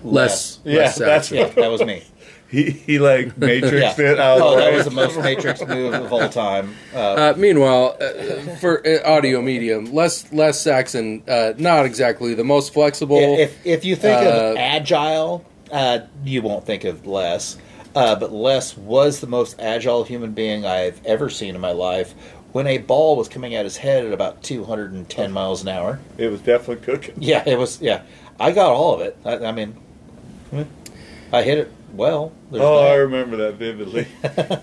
Speaker 1: Less.
Speaker 4: Yeah,
Speaker 1: less
Speaker 4: that's-
Speaker 1: Satchel.
Speaker 3: Yeah, that was me.
Speaker 4: He, he like matrixed
Speaker 3: Yeah.
Speaker 4: it out of
Speaker 3: Oh,
Speaker 4: the
Speaker 3: that
Speaker 4: way.
Speaker 3: was the most Matrix move of all time. Uh,
Speaker 1: Uh, meanwhile, uh, for uh, audio medium, Les Les Saxon, uh, not exactly the most flexible.
Speaker 3: if, if you think
Speaker 1: uh,
Speaker 3: of agile, uh, you won't think of Les. Uh, but Les was the most agile human being I've ever seen in my life when a ball was coming at his head at about 210 miles an hour.
Speaker 9: It was definitely cooking.
Speaker 3: Yeah, it was. Yeah, I got all of it. I, I mean, hmm, I hit it well. There's
Speaker 9: Oh, I
Speaker 3: that.
Speaker 9: remember that vividly.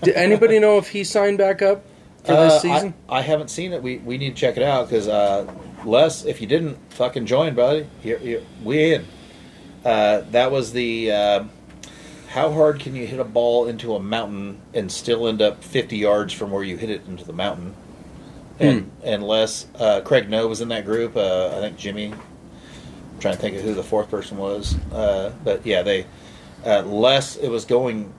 Speaker 1: Did anybody know if he signed back up for
Speaker 3: Uh,
Speaker 1: this season?
Speaker 3: I, I haven't seen it. We we need to check it out because uh, Les, if you didn't fucking join, buddy, you're, you're, we in. Uh, that was the uh, how hard can you hit a ball into a mountain and still end up fifty yards from where you hit it into the mountain? And
Speaker 1: Hmm.
Speaker 3: and Les, uh, Craig No was in that group. Uh, I think Jimmy. I'm trying to think of who the fourth person was, uh, but yeah, they uh, Les. It was going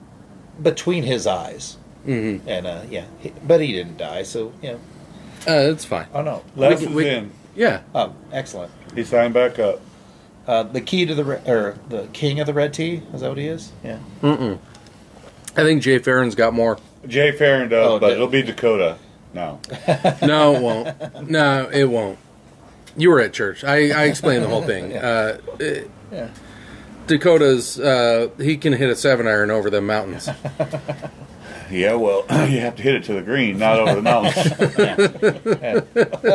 Speaker 3: between his eyes.
Speaker 1: mm-hmm.
Speaker 3: And uh, yeah, he, but he didn't die, so you know.
Speaker 1: uh, that's fine.
Speaker 3: Oh no,
Speaker 9: Les
Speaker 1: We-
Speaker 9: is
Speaker 1: we-
Speaker 9: in.
Speaker 1: Yeah.
Speaker 3: oh, excellent.
Speaker 9: He signed back up.
Speaker 3: Uh, the key to the re- or the king of the red tea is that what he is? Yeah.
Speaker 1: Mm-mm. I think Jay Farron's got more.
Speaker 9: Jay Farron does,
Speaker 3: Oh,
Speaker 9: but
Speaker 3: did-
Speaker 9: it'll be Dakota. No.
Speaker 1: No, it won't. No, it won't. You were at church. I, I explained the whole thing. Uh, it-
Speaker 3: Yeah.
Speaker 1: Dakota's uh, he can hit a seven iron over the mountains.
Speaker 9: Yeah, well, you have to hit it to the green, not over the mountains.
Speaker 3: Uh,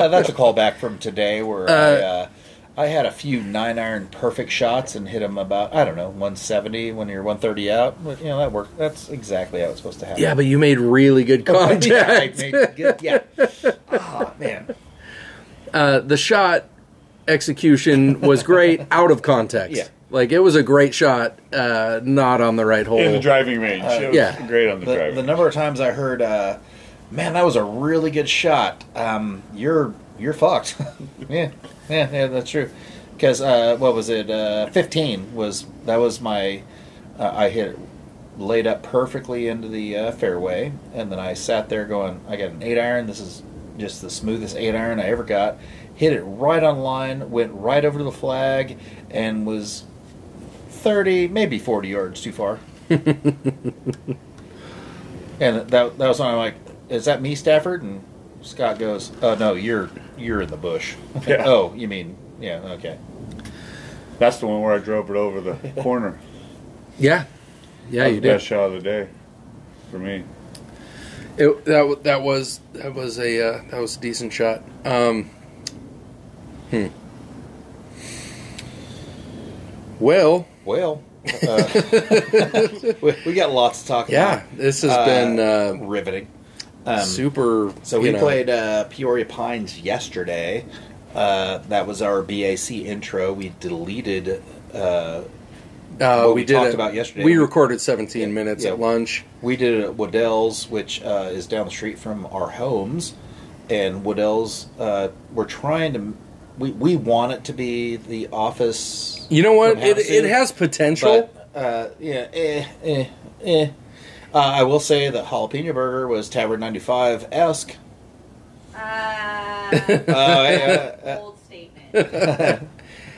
Speaker 3: that's a callback from today where I, uh, I had a few nine iron perfect shots and hit them about I don't know 170 when you're 130 out. But, you know that worked. That's exactly how it's supposed to happen.
Speaker 1: yeah, but you made really good contact.
Speaker 3: Oh, yeah, I made good- yeah. Ah, man.
Speaker 1: uh, the shot execution was great out of context.
Speaker 3: Yeah.
Speaker 1: Like it was a great shot, uh, not on the right hole.
Speaker 9: In the driving range. It was
Speaker 1: yeah.
Speaker 9: Great on the,
Speaker 3: the,
Speaker 9: driving
Speaker 3: the number of times I heard, uh, "Man, that was a really good shot." Um, you're you're fucked. yeah, yeah, yeah. That's true. Because uh, what was it? Uh, Fifteen was that was my. Uh, I hit it laid up perfectly into the uh, fairway, and then I sat there going, "I got an eight iron. This is just the smoothest eight iron I ever got." Hit it right on line, went right over to the flag, and was thirty, maybe forty yards too far. And that that was when I'm like, "Is that me, Stafford?" And Scott goes, "Oh no, you're you're in the bush."
Speaker 9: Yeah.
Speaker 3: oh, you mean yeah? Okay.
Speaker 9: That's the one where I drove it over the corner.
Speaker 1: yeah, yeah,
Speaker 9: That was
Speaker 1: you
Speaker 9: the
Speaker 1: did.
Speaker 9: Best shot of the day for me.
Speaker 1: It, that wa- that was that was a uh, that was a decent shot. Um, hmm. Well,
Speaker 3: Well, uh, we, we got lots to talk
Speaker 1: yeah, this has
Speaker 3: about.
Speaker 1: been
Speaker 3: Uh,
Speaker 1: uh,
Speaker 3: riveting. Um,
Speaker 1: super.
Speaker 3: So
Speaker 1: you
Speaker 3: we
Speaker 1: know,
Speaker 3: played uh, Peoria Pines yesterday. Uh, that was our BAC intro. We deleted. Uh,
Speaker 1: Uh,
Speaker 3: what
Speaker 1: we
Speaker 3: we
Speaker 1: did
Speaker 3: talked
Speaker 1: it-
Speaker 3: about yesterday.
Speaker 1: We recorded 17
Speaker 3: Yeah,
Speaker 1: minutes
Speaker 3: yeah.
Speaker 1: at lunch.
Speaker 3: we did it at Waddell's, which uh, is down the street from our homes. And Waddell's, uh, we're trying to. We, we want it to be the office.
Speaker 1: You know what?
Speaker 3: from
Speaker 1: It,
Speaker 3: Havasu.
Speaker 1: it has potential.
Speaker 3: But, uh, yeah, eh, eh, eh. Uh, I will say that jalapeno burger was Tavern 95 esque.
Speaker 7: Uh,
Speaker 3: Uh, yeah,
Speaker 7: bold statement.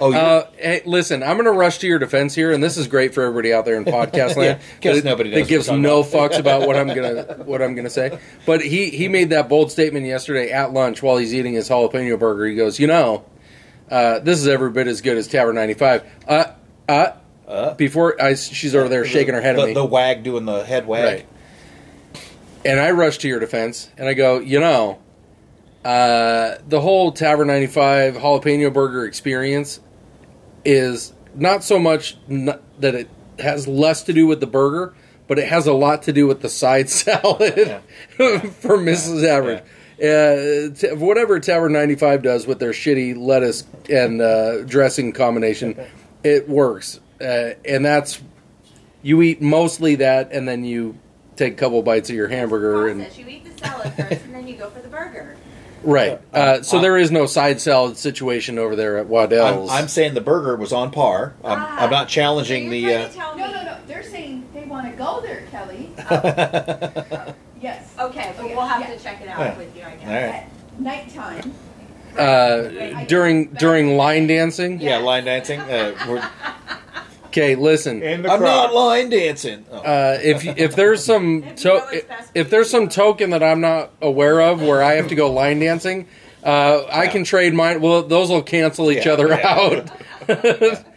Speaker 3: oh, you
Speaker 1: Uh, hey, listen, I'm going to rush to your defense here, and this is great for everybody out there in podcast land.
Speaker 3: guess
Speaker 1: that-
Speaker 3: nobody knows
Speaker 1: that gives
Speaker 3: what we're
Speaker 1: no
Speaker 3: talking
Speaker 1: fucks about what I'm gonna what I'm gonna say. But he he made that bold statement yesterday at lunch while he's eating his jalapeno burger. He goes, you know, uh, this is every bit as good as Tavern 95. Uh, uh,
Speaker 3: Uh.
Speaker 1: before I, she's over there shaking her head
Speaker 3: the,
Speaker 1: at me,
Speaker 3: The wag doing the head wag.
Speaker 1: right? And I rush to your defense, and I go, you know. Uh, the whole Tavern 95 jalapeno burger experience is not so much n- that it has less to do with the burger, but it has a lot to do with the side salad for Mrs. Average. Uh, t- whatever Tavern 95 does with their shitty lettuce and uh, dressing combination, it works. Uh, and that's, you eat mostly that, and then you take a couple bites of your
Speaker 3: er,
Speaker 1: hamburger. and
Speaker 7: Process. You eat the salad first, and then you go for the burger.
Speaker 1: Right. Uh, so there is no side salad situation over there at
Speaker 3: I'm,
Speaker 1: Waddell's.
Speaker 3: I'm saying the burger was on par. I'm,
Speaker 7: Ah.
Speaker 3: I'm not challenging
Speaker 5: So
Speaker 3: the.
Speaker 5: you're trying
Speaker 3: Uh,
Speaker 5: to tell
Speaker 7: No,
Speaker 5: me-
Speaker 7: no, no. They're saying they want to go there, Kelly. Uh, Yes.
Speaker 5: Okay, but we'll have
Speaker 7: Yeah.
Speaker 5: to check it out
Speaker 3: Yeah.
Speaker 5: with you, I
Speaker 3: all
Speaker 5: guess.
Speaker 3: right.
Speaker 7: At nighttime.
Speaker 1: uh, during during line dancing.
Speaker 3: Yeah, line dancing. Uh, we're,
Speaker 1: Okay, listen.
Speaker 4: In the
Speaker 3: I'm not
Speaker 4: crowd.
Speaker 3: line dancing. Oh.
Speaker 1: Uh, if if there's some
Speaker 7: If you know
Speaker 1: to-
Speaker 7: it's fast
Speaker 1: if there's some token that I'm not aware of where I have to go line dancing, uh, I can trade mine. Well, those will cancel each
Speaker 3: Yeah,
Speaker 1: other
Speaker 3: yeah.
Speaker 1: out.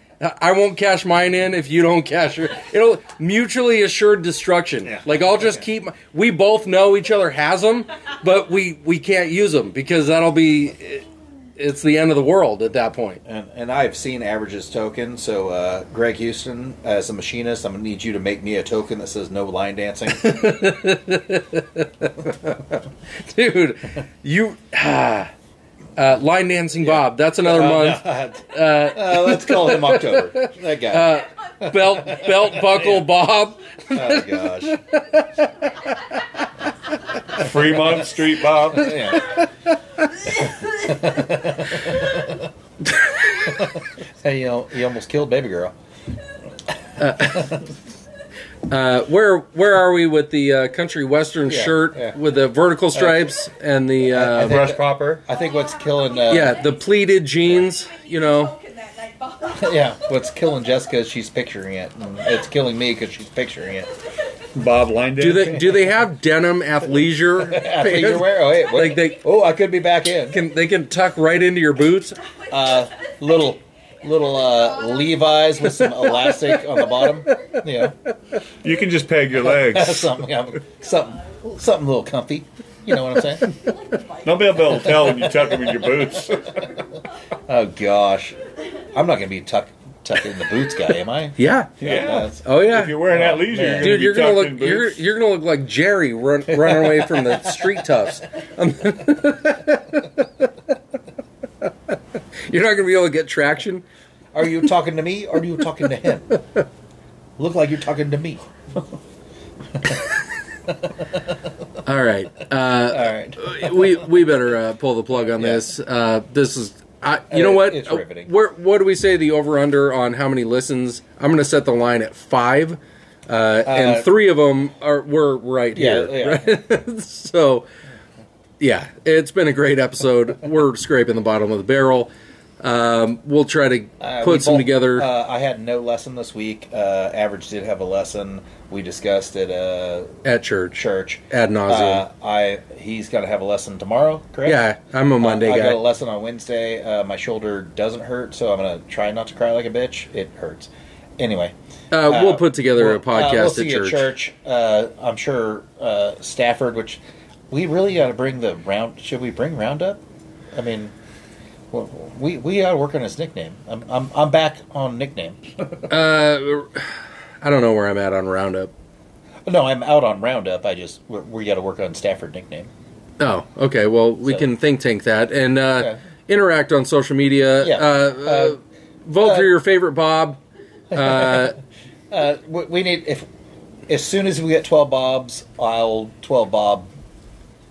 Speaker 1: I won't cash mine in if you don't cash your. It'll mutually assured destruction.
Speaker 3: Yeah.
Speaker 1: Like I'll just keep. My, we both know each other has them, but we we can't use them because that'll be. it- it's the end of the world at that point.
Speaker 3: And, and I've seen averages token. So uh, Greg Houston, as a machinist, I'm gonna need you to make me a token that says no line dancing.
Speaker 1: dude you ah, uh, line dancing bob that's another month
Speaker 3: Uh, let's call him October. That guy.
Speaker 1: Uh, belt belt buckle bob
Speaker 3: oh gosh.
Speaker 4: Fremont Street, Bob.
Speaker 3: Yeah. hey, you know, you almost killed baby girl.
Speaker 1: uh, where where are we with the uh, country western
Speaker 3: Yeah,
Speaker 1: shirt
Speaker 3: yeah.
Speaker 1: with the vertical stripes and the
Speaker 3: I
Speaker 1: uh,
Speaker 3: think-
Speaker 4: Brush popper.
Speaker 3: I think what's killing. Uh,
Speaker 1: yeah the pleated jeans you know
Speaker 2: that night, Bob.
Speaker 3: Yeah, what's killing Jessica is she's picturing it. And it's killing me because she's picturing it.
Speaker 4: Bob Line
Speaker 1: do they do they have denim athleisure
Speaker 3: I think you're
Speaker 1: pants?
Speaker 3: aware- Oh, wait, wait.
Speaker 1: Like they-
Speaker 3: oh, I could be back in.
Speaker 1: Can, they can tuck right into your boots.
Speaker 3: Uh, little, little uh, Levi's with some elastic on the bottom. Yeah,
Speaker 4: You can just peg your legs.
Speaker 3: something, yeah, something, something a little comfy. You know what I'm saying?
Speaker 4: Nobody will be able to tell when you tuck them in your boots.
Speaker 3: Oh gosh, I'm not gonna be tuck tucking the boots guy, am I?
Speaker 1: Yeah.
Speaker 4: Yeah.
Speaker 3: that's-
Speaker 1: Oh yeah.
Speaker 4: If you're wearing that leisure,
Speaker 3: man.
Speaker 4: you're
Speaker 1: Dude, you're
Speaker 4: going to
Speaker 1: gonna
Speaker 4: be tucked in
Speaker 1: look you're,
Speaker 4: boots.
Speaker 1: you're gonna look like Jerry run, running away from the street toughs. Um, you're not gonna be able to get traction.
Speaker 3: Are you talking to me or are you talking to him? Look like you're talking to me.
Speaker 1: All right,
Speaker 3: All
Speaker 1: uh,
Speaker 3: right.
Speaker 1: we we better uh, pull the plug on this. Uh, this is. I, you
Speaker 3: Uh,
Speaker 1: know what?
Speaker 3: it's riveting.
Speaker 1: Where, what do we say the over under on how many listens? I'm going to set the line at five, uh,
Speaker 3: Uh,
Speaker 1: and three of them are were right
Speaker 3: Yeah,
Speaker 1: here. right? so, yeah, it's been a great episode. We're scraping the bottom of the barrel. Um, we'll try to
Speaker 3: Uh, we
Speaker 1: put some
Speaker 3: both-
Speaker 1: together.
Speaker 3: Uh, I had no lesson this week. Uh, Average did have a lesson. We discussed at uh,
Speaker 1: at church
Speaker 3: church.
Speaker 1: ad nauseum.
Speaker 3: Uh, I he's got to have a lesson tomorrow, correct?
Speaker 1: yeah, I'm a Monday
Speaker 3: Uh, I
Speaker 1: guy.
Speaker 3: got a lesson on Wednesday. Uh, my shoulder doesn't hurt, so I'm gonna try not to cry like a bitch. It hurts. Anyway,
Speaker 1: uh, we'll
Speaker 3: uh,
Speaker 1: put together a
Speaker 3: we'll- uh,
Speaker 1: podcast
Speaker 3: we'll see
Speaker 1: at
Speaker 3: you
Speaker 1: church.
Speaker 3: Uh, I'm sure uh, Stafford, which we really got to bring the round. Should we bring Roundup? I mean, well, we we got to work on his nickname. I'm I'm, I'm back on nickname.
Speaker 1: Uh, I don't know where I'm at on Roundup.
Speaker 3: No, I'm out on Roundup. I just we, we got to work on Stafford nickname.
Speaker 1: Oh, okay. Well, we
Speaker 3: So-
Speaker 1: can think tank that and uh,
Speaker 3: Yeah.
Speaker 1: interact on social media.
Speaker 3: Yeah.
Speaker 1: Uh, uh, vote
Speaker 3: uh,
Speaker 1: for your favorite Bob. Uh,
Speaker 3: Uh, we, we need if as soon as we get twelve bobs, I'll twelve bob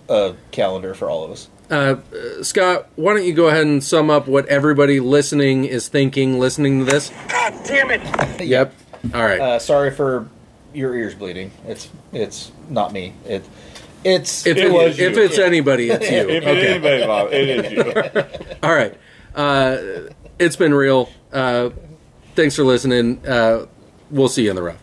Speaker 3: uh, calendar for all of us.
Speaker 1: uh, Scott, why don't you go ahead and sum up what everybody listening is thinking, listening to this? God damn it! Yep. All right.
Speaker 3: Uh, sorry for your ears bleeding. It's it's not me. It it's
Speaker 1: if
Speaker 4: it
Speaker 1: it
Speaker 4: was
Speaker 1: if
Speaker 4: you.
Speaker 1: it's anybody, it's you.
Speaker 4: If it
Speaker 1: okay.
Speaker 4: is anybody, Bob, it is you.
Speaker 1: All right. Uh, it's been real. Uh, thanks for listening. Uh, we'll see you in the rough.